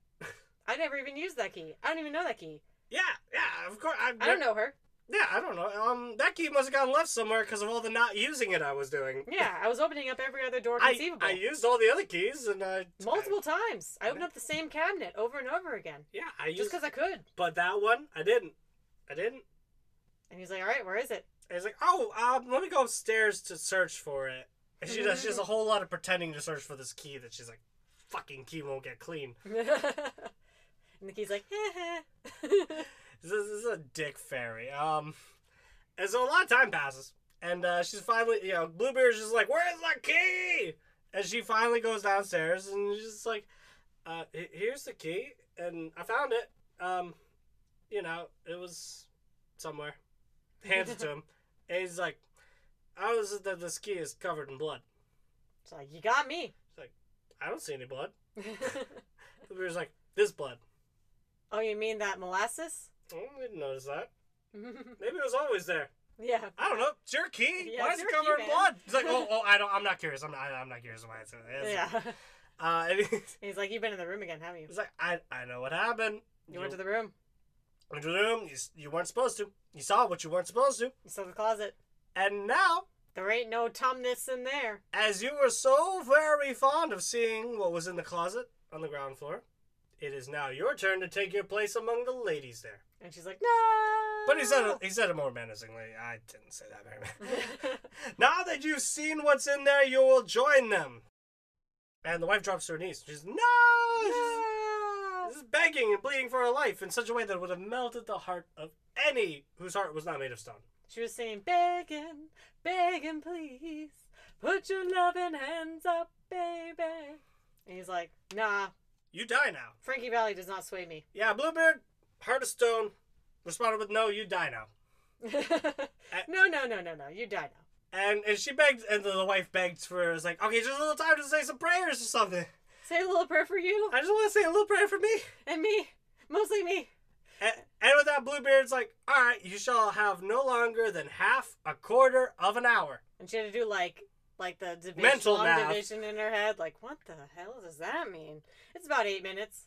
[SPEAKER 2] I never even used that key. I don't even know that key.
[SPEAKER 1] Yeah, yeah, of course. I,
[SPEAKER 2] I don't know her.
[SPEAKER 1] Yeah, I don't know. Um, that key must have gotten left somewhere because of all the not using it I was doing.
[SPEAKER 2] Yeah, I was opening up every other door
[SPEAKER 1] I,
[SPEAKER 2] conceivable,
[SPEAKER 1] I used all the other keys and I
[SPEAKER 2] multiple times. I opened up the same cabinet over and over again,
[SPEAKER 1] yeah, I
[SPEAKER 2] just
[SPEAKER 1] used,
[SPEAKER 2] because I could."
[SPEAKER 1] but that one I didn't. I didn't.
[SPEAKER 2] And he's like, "All right, where is it?"
[SPEAKER 1] And he's like, oh, um, let me go upstairs to search for it. And she does. She
[SPEAKER 2] Mm-hmm.
[SPEAKER 1] does a whole lot of pretending to search for this key that she's like, fucking key won't get clean.
[SPEAKER 2] Nikki's like,
[SPEAKER 1] This is, this is a dick fairy. Um, and so a lot of time passes, and uh, she's finally, you know, Bluebeard's just like, "Where's my key?" And she finally goes downstairs, and she's just like, uh, he- "Here's the key, and I found it. Um, you know, it was somewhere." Hands it to him, and he's like, "How is it that this key is covered in blood?
[SPEAKER 2] She's like, you got me.
[SPEAKER 1] I don't see any blood." Bluebeard's like, "This blood.
[SPEAKER 2] oh, you mean that molasses?
[SPEAKER 1] Oh, I didn't notice that. Maybe it was always there."
[SPEAKER 2] yeah.
[SPEAKER 1] I don't know. It's your key.
[SPEAKER 2] Yeah,
[SPEAKER 1] why
[SPEAKER 2] it's
[SPEAKER 1] is it
[SPEAKER 2] your key,
[SPEAKER 1] covered in
[SPEAKER 2] man.
[SPEAKER 1] blood? It's like, oh, oh, I don't. I'm not curious. I'm not. I'm not curious why it's. it's
[SPEAKER 2] Yeah.
[SPEAKER 1] Uh, and he's,
[SPEAKER 2] He's like, you've been in the room again, haven't you?
[SPEAKER 1] he's like, I, I know what happened.
[SPEAKER 2] You went to the room.
[SPEAKER 1] went to the room. You, s- you weren't supposed to. You saw what you weren't supposed to.
[SPEAKER 2] You saw the closet.
[SPEAKER 1] And now,
[SPEAKER 2] There ain't no tumness in there.
[SPEAKER 1] as you were so very fond of seeing what was in the closet on the ground floor, it is now your turn to take your place among the ladies there.
[SPEAKER 2] And she's like, no.
[SPEAKER 1] But he said it, he said it more menacingly. I didn't say that very much. Now that you've seen what's in there, you will join them. And the wife drops to her knees. She's no, she's, she's begging and bleeding for her life in such a way that would have melted the heart of any whose heart was not made of stone.
[SPEAKER 2] She was saying, begging, begging, please. Put your loving hands up, baby. And he's like, nah,
[SPEAKER 1] You die now.
[SPEAKER 2] Frankie Valley does not sway me.
[SPEAKER 1] Yeah, Bluebeard, heart of stone, responded with no. You die now.
[SPEAKER 2] no, no, no, no, no. You die now.
[SPEAKER 1] And and she begged, and the, the wife begged for it was like, okay, just a little time to say some prayers or something.
[SPEAKER 2] Say a little prayer for you
[SPEAKER 1] I just want to say a little prayer for me.
[SPEAKER 2] and me. Mostly me.
[SPEAKER 1] And, and with that, Bluebeard's like, all right, you shall have no longer than half a quarter of an hour.
[SPEAKER 2] And she had to do like like the division,
[SPEAKER 1] Mental
[SPEAKER 2] long
[SPEAKER 1] math.
[SPEAKER 2] division in her head. Like, what the hell does that mean? It's about eight minutes.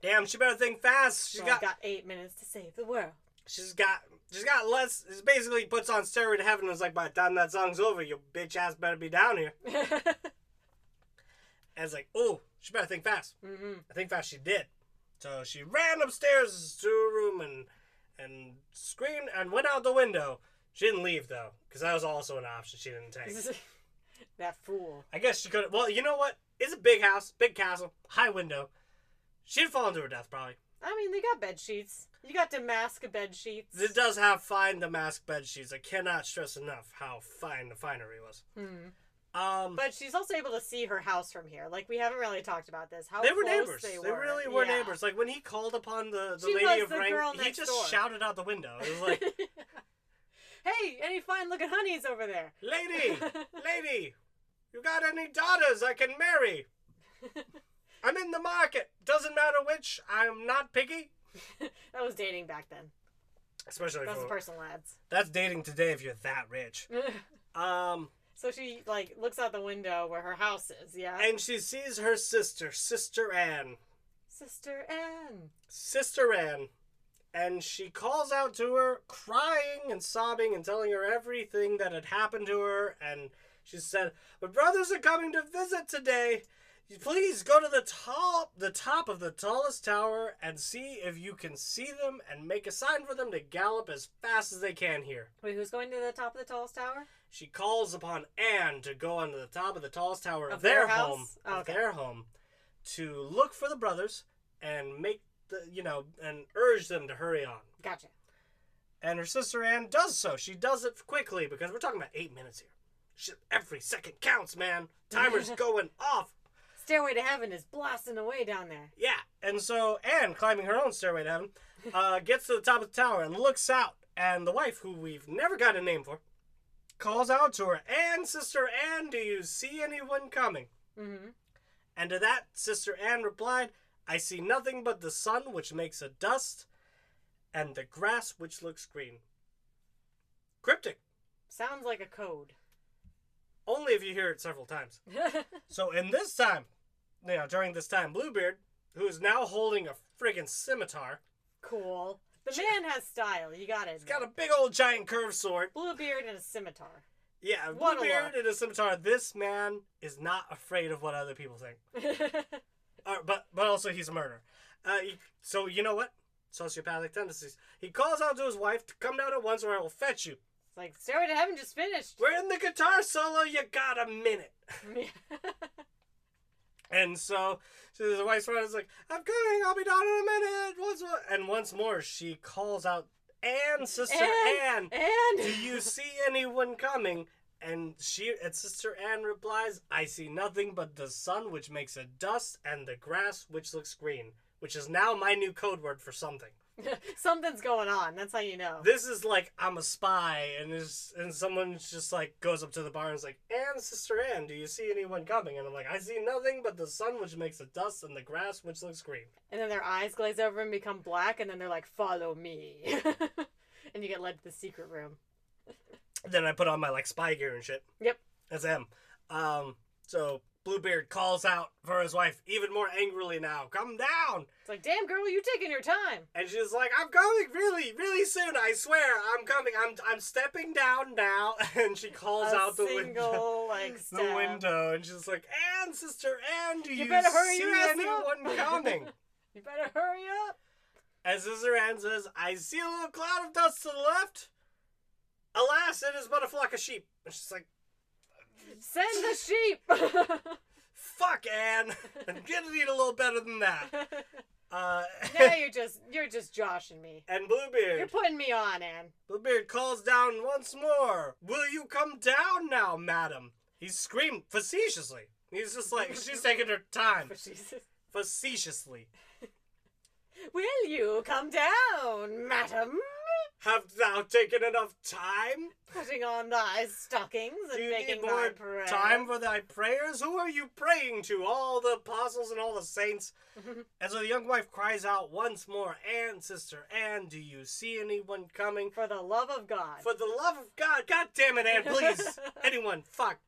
[SPEAKER 1] Damn, she better think fast. She's
[SPEAKER 2] She's
[SPEAKER 1] got,
[SPEAKER 2] got eight minutes to save the world.
[SPEAKER 1] she's got, she's got less. She basically puts on steroid to heaven. and Is like, by the time that song's over, your bitch ass better be down here.
[SPEAKER 2] mm-hmm.
[SPEAKER 1] And it's like, oh, she better think fast. I think fast. She did. So she ran upstairs to her room and and screamed and went out the window. She didn't leave though, because that was also an option she didn't take.
[SPEAKER 2] that fool.
[SPEAKER 1] I guess she could. Well, you know what? It's a big house, big castle, high window. She'd fall into her death probably.
[SPEAKER 2] I mean, they got bed sheets. You got Damask bed sheets.
[SPEAKER 1] This does have fine damask bed sheets. I cannot stress enough how fine the finery was.
[SPEAKER 2] Hmm.
[SPEAKER 1] Um,
[SPEAKER 2] But she's also able to see her house from here. Like we haven't really talked about this. How
[SPEAKER 1] they were
[SPEAKER 2] close
[SPEAKER 1] neighbors.
[SPEAKER 2] They,
[SPEAKER 1] They,
[SPEAKER 2] were.
[SPEAKER 1] really were
[SPEAKER 2] Yeah.
[SPEAKER 1] neighbors. Like when he called upon the, the
[SPEAKER 2] She
[SPEAKER 1] lady
[SPEAKER 2] was
[SPEAKER 1] of
[SPEAKER 2] the
[SPEAKER 1] rank,
[SPEAKER 2] girl
[SPEAKER 1] he
[SPEAKER 2] next
[SPEAKER 1] just
[SPEAKER 2] door.
[SPEAKER 1] shouted out the window. It was like,
[SPEAKER 2] hey, any fine looking honeys over there?
[SPEAKER 1] "Lady, lady, you got any daughters I can marry? I'm in the market. Doesn't matter which. I'm not picky."
[SPEAKER 2] that was dating back then.
[SPEAKER 1] Especially
[SPEAKER 2] That was
[SPEAKER 1] for,
[SPEAKER 2] personal ads.
[SPEAKER 1] that's dating today if you're that rich. Um,
[SPEAKER 2] so she like looks out the window where her house is. Yeah.
[SPEAKER 1] and she sees her sister, Sister Anne.
[SPEAKER 2] Sister Anne.
[SPEAKER 1] Sister Anne, and she calls out to her, crying and sobbing and telling her everything that had happened to her. And she said, "My brothers are coming to visit today. Please go to the top, the top of the tallest tower, and see if you can see them, and make a sign for them to gallop as fast as they can here."
[SPEAKER 2] Wait, who's going to the top of the tallest tower?
[SPEAKER 1] She calls upon Anne to go onto the top of the tallest tower of,
[SPEAKER 2] Of
[SPEAKER 1] their,
[SPEAKER 2] their
[SPEAKER 1] home,
[SPEAKER 2] house? Oh,
[SPEAKER 1] of
[SPEAKER 2] okay.
[SPEAKER 1] their home, to look for the brothers and make the you know and urge them to hurry on.
[SPEAKER 2] Gotcha.
[SPEAKER 1] And her sister Anne does so. She does it quickly because we're talking about eight minutes here. Shit, every second counts, man. Timer's going off.
[SPEAKER 2] Stairway to Heaven is blasting away down there.
[SPEAKER 1] Yeah. And so Anne, climbing her own stairway to heaven, uh, gets to the top of the tower and looks out. And the wife, who we've never got a name for, calls out to her, Anne, sister Anne, do you see anyone coming?
[SPEAKER 2] Mm-hmm.
[SPEAKER 1] And to that, Sister Anne replied, I see nothing but the sun which makes a dust and the grass which looks green. Cryptic,
[SPEAKER 2] Sounds like a code.
[SPEAKER 1] only if you hear it several times. So, in this time, you know, during this time, Bluebeard, who is now holding a friggin' scimitar,
[SPEAKER 2] cool. The man has style. You got it.
[SPEAKER 1] he's got a big old giant curved sword.
[SPEAKER 2] blue beard and a scimitar.
[SPEAKER 1] Yeah,
[SPEAKER 2] What a
[SPEAKER 1] Bluebeard
[SPEAKER 2] lot.
[SPEAKER 1] and a scimitar. This man is not afraid of what other people think. Uh, but but also he's a murderer. Uh, he- so you know what? Sociopathic tendencies. He calls out to his wife to come down at once, or I will fetch you.
[SPEAKER 2] like Stairway to Heaven just finished.
[SPEAKER 1] We're in the guitar solo. You got a minute. And so, so the White Swan is like, I'm coming, I'll be down in a minute. Once more. And once more, she calls out, Anne, Sister Anne, do
[SPEAKER 2] and
[SPEAKER 1] you see anyone coming? And she and Sister Anne replies, I see nothing but the sun, which makes a dust, and the grass, which looks green, which is now my new code word for something.
[SPEAKER 2] something's going on. That's how you know.
[SPEAKER 1] This is like, I'm a spy, and there's, and someone's just like, goes up to the bar and is like, Anne, Sister Anne, do you see anyone coming? And I'm like, I see nothing but the sun, which makes a dust, and the grass, which looks green.
[SPEAKER 2] And then their eyes glaze over and become black, and then they're like, "Follow me," and you get led to the secret room.
[SPEAKER 1] then I put on my like spy gear and shit.
[SPEAKER 2] Yep.
[SPEAKER 1] That's him. Um, so Bluebeard calls out for his wife even more angrily now. Come down.
[SPEAKER 2] It's like, "Damn girl, you taking your time."
[SPEAKER 1] And she's like, I'm coming really, really soon. I swear, I'm coming. I'm I'm stepping down now. And she calls
[SPEAKER 2] A
[SPEAKER 1] out the
[SPEAKER 2] single
[SPEAKER 1] window.
[SPEAKER 2] like step.
[SPEAKER 1] The window, and she's like, "Anne, sister Anne, do you,
[SPEAKER 2] You better hurry
[SPEAKER 1] see
[SPEAKER 2] your ass up."
[SPEAKER 1] anyone coming?"
[SPEAKER 2] You better hurry up.
[SPEAKER 1] As Sister Anne says, "I see a little cloud of dust to the left. Alas, it is but a flock of sheep." And she's like,
[SPEAKER 2] Send the sheep.
[SPEAKER 1] fuck Anne. I'm gonna need a little better than that. Uh,
[SPEAKER 2] now you're just you're just joshing me.
[SPEAKER 1] and
[SPEAKER 2] You're
[SPEAKER 1] Bluebeard.
[SPEAKER 2] putting me on, Anne.
[SPEAKER 1] Bluebeard calls down once more. Will you come down now, madam? He screamed facetiously. He's just like she's taking her time.
[SPEAKER 2] But she's
[SPEAKER 1] Facetiously.
[SPEAKER 2] Will you come down, madam?
[SPEAKER 1] Have thou taken enough time?
[SPEAKER 2] Putting on thy stockings
[SPEAKER 1] Do
[SPEAKER 2] and
[SPEAKER 1] you
[SPEAKER 2] making
[SPEAKER 1] need more
[SPEAKER 2] thy prayer.
[SPEAKER 1] time for thy prayers? Who are you praying to? All the apostles and all the saints. and so the young wife cries out once more, Anne, sister Anne, do you see anyone coming?
[SPEAKER 2] for the love of God.
[SPEAKER 1] For the love of God, God damn it, Anne, please. Anyone, fuck.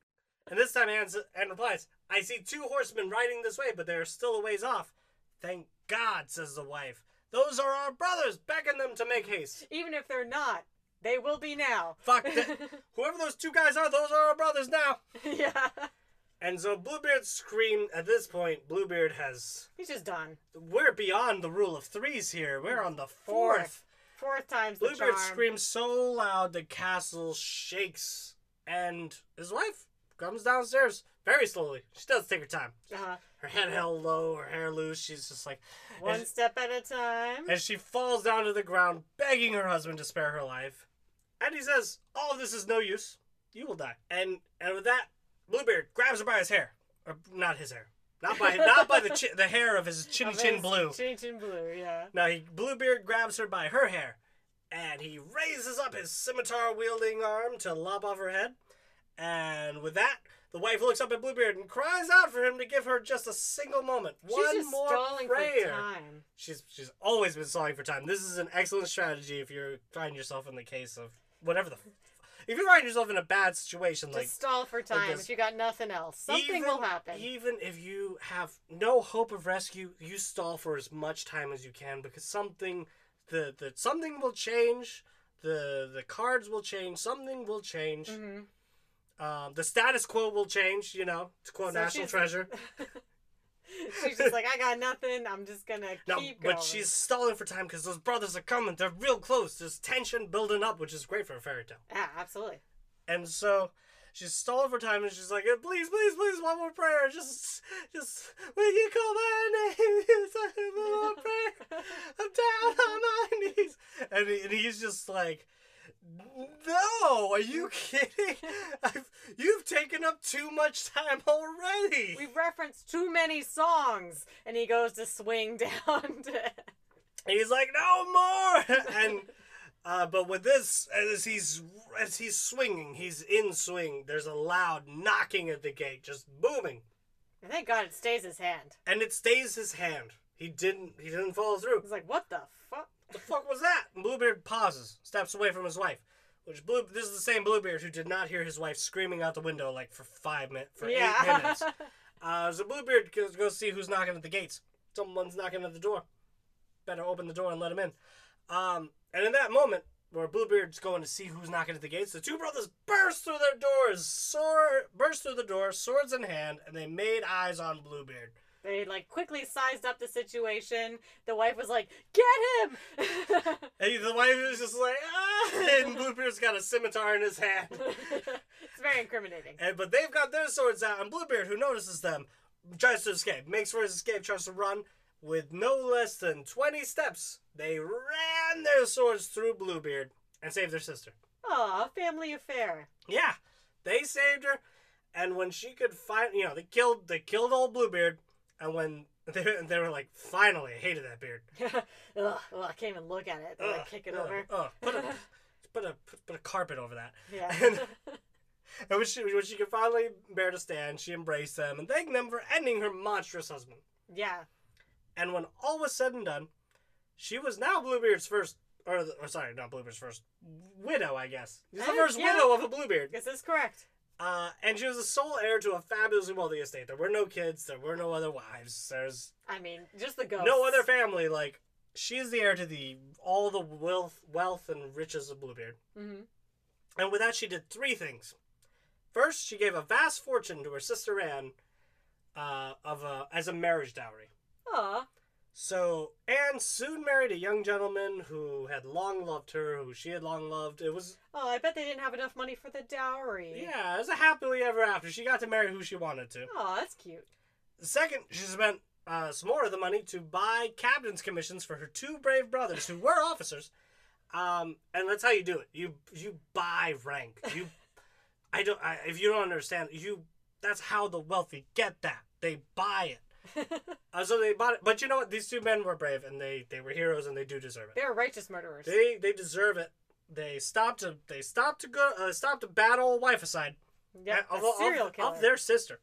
[SPEAKER 1] And this time Anne, s- Anne replies, I see two horsemen riding this way, but they are still a ways off. Thank God, says the wife. Those are our brothers. Beckon them to make haste.
[SPEAKER 2] Even if they're not, they will be now.
[SPEAKER 1] Fuck. Th- whoever those two guys are, those are our brothers now.
[SPEAKER 2] yeah.
[SPEAKER 1] And so Bluebeard screamed. At this point, Bluebeard has.
[SPEAKER 2] He's just done.
[SPEAKER 1] We're beyond the rule of threes here. We're on the fourth.
[SPEAKER 2] Fourth time's the
[SPEAKER 1] Bluebeard
[SPEAKER 2] charm.
[SPEAKER 1] screams so loud the castle shakes, and his wife comes downstairs very slowly. She does take her time.
[SPEAKER 2] Uh,
[SPEAKER 1] Her head held low, her hair loose. She's just like,
[SPEAKER 2] one
[SPEAKER 1] and,
[SPEAKER 2] step at a time.
[SPEAKER 1] and she falls down to the ground, begging her husband to spare her life. And he says, "All this is no use. You will die." And and with that, Bluebeard grabs her by his hair, or not his hair, not by not by the chi- the hair of his chinny chin
[SPEAKER 2] Amazing.
[SPEAKER 1] blue.
[SPEAKER 2] Chin chin blue, yeah.
[SPEAKER 1] Now he Bluebeard grabs her by her hair, and he raises up his scimitar wielding arm to lob off her head. And with that, the wife looks up at Bluebeard and cries out for him to give her just a single moment. One
[SPEAKER 2] She's just
[SPEAKER 1] more
[SPEAKER 2] stalling
[SPEAKER 1] prayer.
[SPEAKER 2] for time.
[SPEAKER 1] She's she's always been stalling for time. This is an excellent strategy if you find yourself in the case of whatever the if you find yourself in a bad situation like
[SPEAKER 2] just stall for time
[SPEAKER 1] this-
[SPEAKER 2] if you got nothing else. Something
[SPEAKER 1] even,
[SPEAKER 2] will happen.
[SPEAKER 1] Even if you have no hope of rescue, you stall for as much time as you can because something the, the something will change. The the cards will change. Something will change.
[SPEAKER 2] Mhm.
[SPEAKER 1] Um, the status quo will change. You know, to quote
[SPEAKER 2] So
[SPEAKER 1] National
[SPEAKER 2] she's-
[SPEAKER 1] Treasure.
[SPEAKER 2] She's just like, I got nothing. I'm just gonna
[SPEAKER 1] No,
[SPEAKER 2] keep going.
[SPEAKER 1] but she's stalling for time because those brothers are coming. They're real close. There's tension building up, which is great for a fairy tale.
[SPEAKER 2] yeah, absolutely.
[SPEAKER 1] And so she's stalling for time and she's like, please, please, please, one more prayer. Just, just, will you call my name? It's like, one more prayer. I'm down on my knees. And, he- and he's just like, no, are you kidding? I've, you've taken up too much time already.
[SPEAKER 2] We've referenced too many songs, and he goes to swing down. To...
[SPEAKER 1] And he's like, no more. and uh, but with this, as he's as he's swinging, he's in swing. There's a loud knocking at the gate, just booming.
[SPEAKER 2] And thank God it stays his hand.
[SPEAKER 1] and it stays his hand. He didn't. He didn't follow through.
[SPEAKER 2] He's like, what the fuck?
[SPEAKER 1] The fuck was that? And Bluebeard pauses, steps away from his wife. Which blue? This is the same Bluebeard who did not hear his wife screaming out the window like for five minutes, for eight
[SPEAKER 2] yeah.
[SPEAKER 1] minutes. Uh, so Bluebeard goes goes to see who's knocking at the gates. Someone's knocking at the door. Better open the door and let him in. Um, and in that moment, where Bluebeard's going to see who's knocking at the gates, the two brothers burst through their doors, sword burst through the door, swords in hand, and they made eyes on Bluebeard.
[SPEAKER 2] They like quickly sized up the situation. The wife was like, "Get him!"
[SPEAKER 1] And the wife is just like, ah! And Bluebeard's got a scimitar in his hand.
[SPEAKER 2] it's very incriminating.
[SPEAKER 1] And, but they've got their swords out, and Bluebeard, who notices them, tries to escape, makes for his escape, tries to run. With no less than 20 steps, they ran their swords through Bluebeard and saved their sister.
[SPEAKER 2] Aw, family affair.
[SPEAKER 1] Yeah, they saved her, and when she could find, you know, they killed they killed old Bluebeard, and when they they were like, finally, I hated that beard.
[SPEAKER 2] ugh, ugh, I can't even look at it. They like kick it
[SPEAKER 1] ugh,
[SPEAKER 2] over.
[SPEAKER 1] ugh, put a put a put, put a carpet over that.
[SPEAKER 2] Yeah.
[SPEAKER 1] And, and when she when she could finally bear to stand, she embraced them and thanked them for ending her monstrous husband.
[SPEAKER 2] yeah.
[SPEAKER 1] And when all was said and done, she was now Bluebeard's first, or, or sorry, not Bluebeard's first widow, I guess. She's the
[SPEAKER 2] Eh,
[SPEAKER 1] first
[SPEAKER 2] yeah.
[SPEAKER 1] widow of a Bluebeard.
[SPEAKER 2] Is this correct?
[SPEAKER 1] Uh, and she was the sole heir to a fabulously wealthy estate. There were no kids. There were no other wives. There's
[SPEAKER 2] I mean, just the ghost.
[SPEAKER 1] no other family. Like she is the heir to the all the wealth, wealth and riches of Bluebeard.
[SPEAKER 2] hmm
[SPEAKER 1] And with that, she did three things. First, she gave a vast fortune to her sister Anne, uh, of a, as a marriage dowry.
[SPEAKER 2] Aw.
[SPEAKER 1] So Anne soon married a young gentleman who had long loved her, who she had long loved. It was
[SPEAKER 2] Oh, I bet they didn't have enough money for the dowry.
[SPEAKER 1] yeah, it was a happily ever after. She got to marry who she wanted to.
[SPEAKER 2] Oh, that's cute.
[SPEAKER 1] Second, she spent uh, some more of the money to buy captain's commissions for her two brave brothers who were officers. Um, and that's how you do it. You you buy rank. You, I don't. I, if you don't understand, you that's how the wealthy get that. They buy it. uh, so they bought it. But you know what? These two men were brave, and they they were heroes, and they do deserve it.
[SPEAKER 2] They're righteous murderers.
[SPEAKER 1] They they deserve it. They stopped to they stopped to go uh, stopped to battle wife aside
[SPEAKER 2] yeah,
[SPEAKER 1] of,
[SPEAKER 2] a
[SPEAKER 1] of-
[SPEAKER 2] serial
[SPEAKER 1] of
[SPEAKER 2] killer.
[SPEAKER 1] their sister.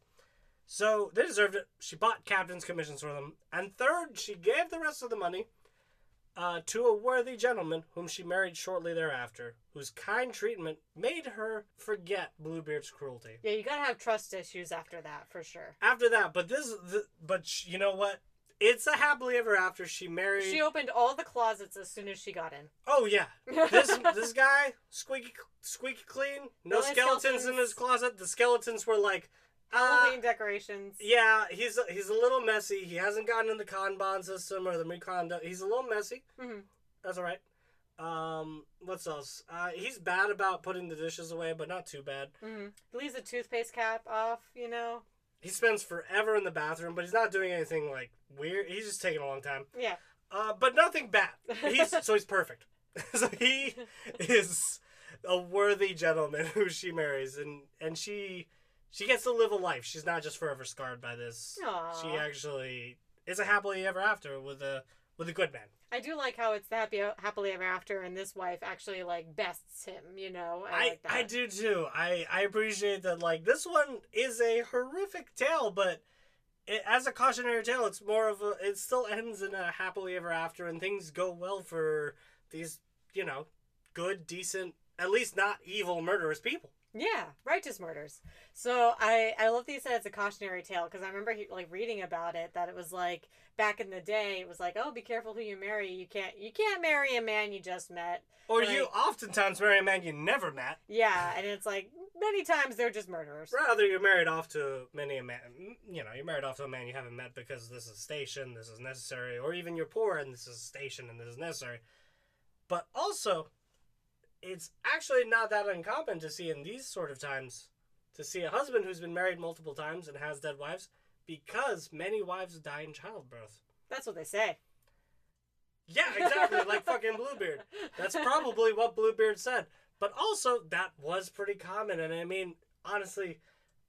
[SPEAKER 1] So they deserved it. She bought captain's commissions for them. And third, she gave the rest of the money uh, to a worthy gentleman whom she married shortly thereafter, whose kind treatment made her forget Bluebeard's cruelty.
[SPEAKER 2] yeah, you gotta have trust issues after that for sure.
[SPEAKER 1] After that, but this, the, but sh- you know what? It's a happily ever after. She married.
[SPEAKER 2] She opened all the closets as soon as she got in.
[SPEAKER 1] oh yeah, this this guy squeaky squeaky clean. No,
[SPEAKER 2] No
[SPEAKER 1] skeletons, in
[SPEAKER 2] skeletons.
[SPEAKER 1] his closet. The skeletons were like, uh,
[SPEAKER 2] Halloween decorations.
[SPEAKER 1] Yeah, he's he's a little messy. He hasn't gotten in the Kanban system or the Mikanda. He's a little messy.
[SPEAKER 2] Mhm.
[SPEAKER 1] That's all right. Um, what's else? Uh, he's bad about putting the dishes away, but not too bad.
[SPEAKER 2] Mhm. Leaves the toothpaste cap off, you know?
[SPEAKER 1] He spends forever in the bathroom, but he's not doing anything like weird. He's just taking a long time.
[SPEAKER 2] Yeah.
[SPEAKER 1] Uh, but nothing bad. He's so he's perfect. so he is a worthy gentleman who she marries, and and she she gets to live a life. She's not just forever scarred by this.
[SPEAKER 2] Aw.
[SPEAKER 1] She actually is a happily ever after with a with a good man.
[SPEAKER 2] I do like how it's the happy happily ever after, and this wife actually like bests him. You know, I,
[SPEAKER 1] I
[SPEAKER 2] like that.
[SPEAKER 1] I do too. I I appreciate that. Like this one is a horrific tale, but. It, as a cautionary tale, it's more of a. It still ends in a happily ever after, and things go well for these, you know, good, decent, at least not evil, murderous people.
[SPEAKER 2] Yeah, righteous murders. So I I love that you said it's a cautionary tale because I remember he, like reading about it that it was like back in the day it was like oh be careful who you marry you can't you can't marry a man you just met
[SPEAKER 1] Or
[SPEAKER 2] Right.
[SPEAKER 1] you oftentimes marry a man you never met.
[SPEAKER 2] yeah and it's like many times they're just murderers
[SPEAKER 1] Rather, you're married off to many a man. You know, you're married off to a man you haven't met because this is station, this is necessary, or even you're poor and this is station and this is necessary. But also, it's actually not that uncommon to see in these sort of times to see a husband who's been married multiple times and has dead wives because many wives die in childbirth.
[SPEAKER 2] that's what they say
[SPEAKER 1] Yeah, exactly, like fucking Bluebeard. That's probably what Bluebeard said. But also that was pretty common and I mean honestly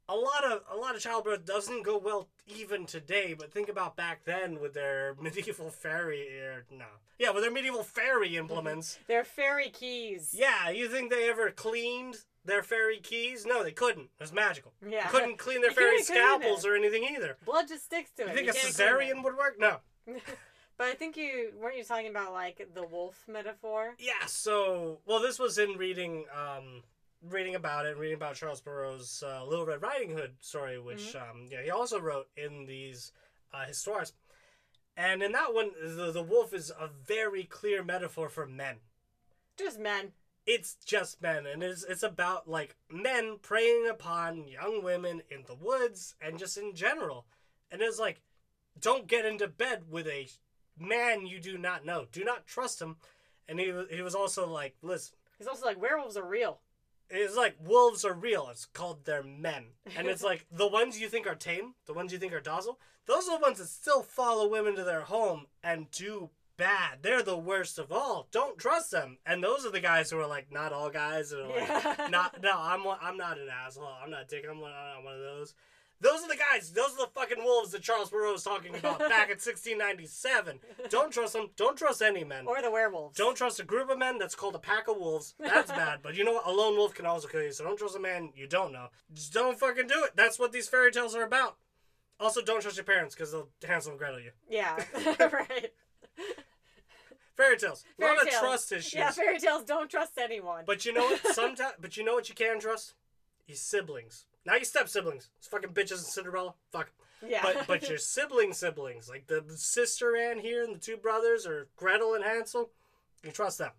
[SPEAKER 1] a lot of a lot of childbirth doesn't go well even today, but think about back then with their medieval fairy or no. Yeah, with their medieval fairy implements.
[SPEAKER 2] they're fairy keys
[SPEAKER 1] yeah, you think they ever cleaned their fairy keys? No, they couldn't. It was magical. They
[SPEAKER 2] yeah
[SPEAKER 1] couldn't clean their
[SPEAKER 2] You
[SPEAKER 1] fairy
[SPEAKER 2] couldn't clean
[SPEAKER 1] scalpels
[SPEAKER 2] it.
[SPEAKER 1] or anything either.
[SPEAKER 2] blood just sticks to it
[SPEAKER 1] You think a
[SPEAKER 2] can't clean it.
[SPEAKER 1] cesarean would work? No.
[SPEAKER 2] but I think you weren't you talking about like the wolf metaphor
[SPEAKER 1] Yeah, so well this was in reading um reading about it, reading about Charles Burrow's uh, Little Red Riding Hood story which um yeah, he also wrote in these uh histoires. And in that one the, the wolf is a very clear metaphor for men.
[SPEAKER 2] just men
[SPEAKER 1] It's just men and it's it's about like men preying upon young women in the woods and just in general. And it's like don't get into bed with a man you do not know. Do not trust him. And he, wa- he was also like, listen,
[SPEAKER 2] He's also like, werewolves are real.
[SPEAKER 1] it's like wolves are real. It's called their men. And it's like the ones you think are tame, the ones you think are docile, those are the ones that still follow women to their home and do bad. They're the worst of all. Don't trust them. And those are the guys who are like, not all guys. Or like,
[SPEAKER 2] Yeah.
[SPEAKER 1] not no, I'm one- I'm not an asshole. I'm not a dick. I'm not one of those. Those are the guys. Those are the fucking wolves that Charles Perrault was talking about back in 1697. Don't trust them. Don't trust any men.
[SPEAKER 2] or the werewolves.
[SPEAKER 1] Don't trust a group of men that's called a pack of wolves. That's bad. But you know what? A lone wolf can also kill you. So don't trust a man you don't know. Just don't fucking do it. That's what these fairy tales are about. Also, don't trust your parents because they'll Hansel and Gretel you.
[SPEAKER 2] Yeah. right.
[SPEAKER 1] Fairy tales. A lot
[SPEAKER 2] Fairy
[SPEAKER 1] of
[SPEAKER 2] tales.
[SPEAKER 1] trust issues.
[SPEAKER 2] Yeah, fairy tales don't trust anyone.
[SPEAKER 1] But you know what? Sometimes, but you know what you can trust? Your siblings. Not your step siblings. It's fucking bitches and Cinderella. Fuck.
[SPEAKER 2] yeah.
[SPEAKER 1] But but your sibling siblings, like the sister Anne here and the two brothers, or Gretel and Hansel, you trust them.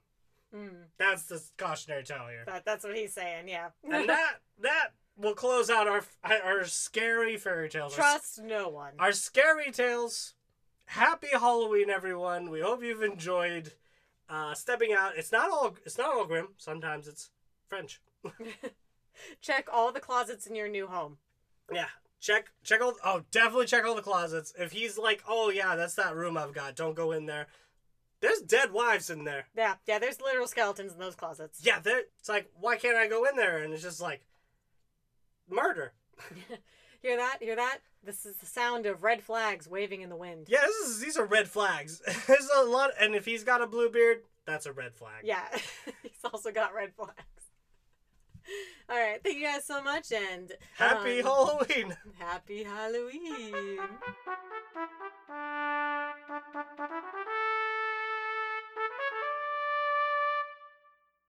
[SPEAKER 2] Mm,
[SPEAKER 1] That's the cautionary tale here.
[SPEAKER 2] that, that's what he's saying, yeah.
[SPEAKER 1] And that that will close out our our scary fairy tales. Our-
[SPEAKER 2] Trust no one.
[SPEAKER 1] our scary tales. Happy Halloween, everyone. We hope you've enjoyed uh, stepping out. It's not all it's not all grim. Sometimes it's French.
[SPEAKER 2] Check all the closets in your new home.
[SPEAKER 1] Yeah. Check check all oh definitely check all the closets. If he's like, oh yeah, that's that room I've got, don't go in there. There's dead wives in there.
[SPEAKER 2] Yeah, yeah, there's literal skeletons in those closets.
[SPEAKER 1] Yeah, there it's like, why can't I go in there? And it's just like murder.
[SPEAKER 2] Hear that? Hear that? This is the sound of red flags waving in the wind.
[SPEAKER 1] Yeah, this is these are red flags. There's a lot and if he's got a blue beard, that's a red flag.
[SPEAKER 2] Yeah, he's also got red flags. All right, thank you guys so much and
[SPEAKER 1] Happy
[SPEAKER 2] um,
[SPEAKER 1] Halloween!
[SPEAKER 2] happy Halloween.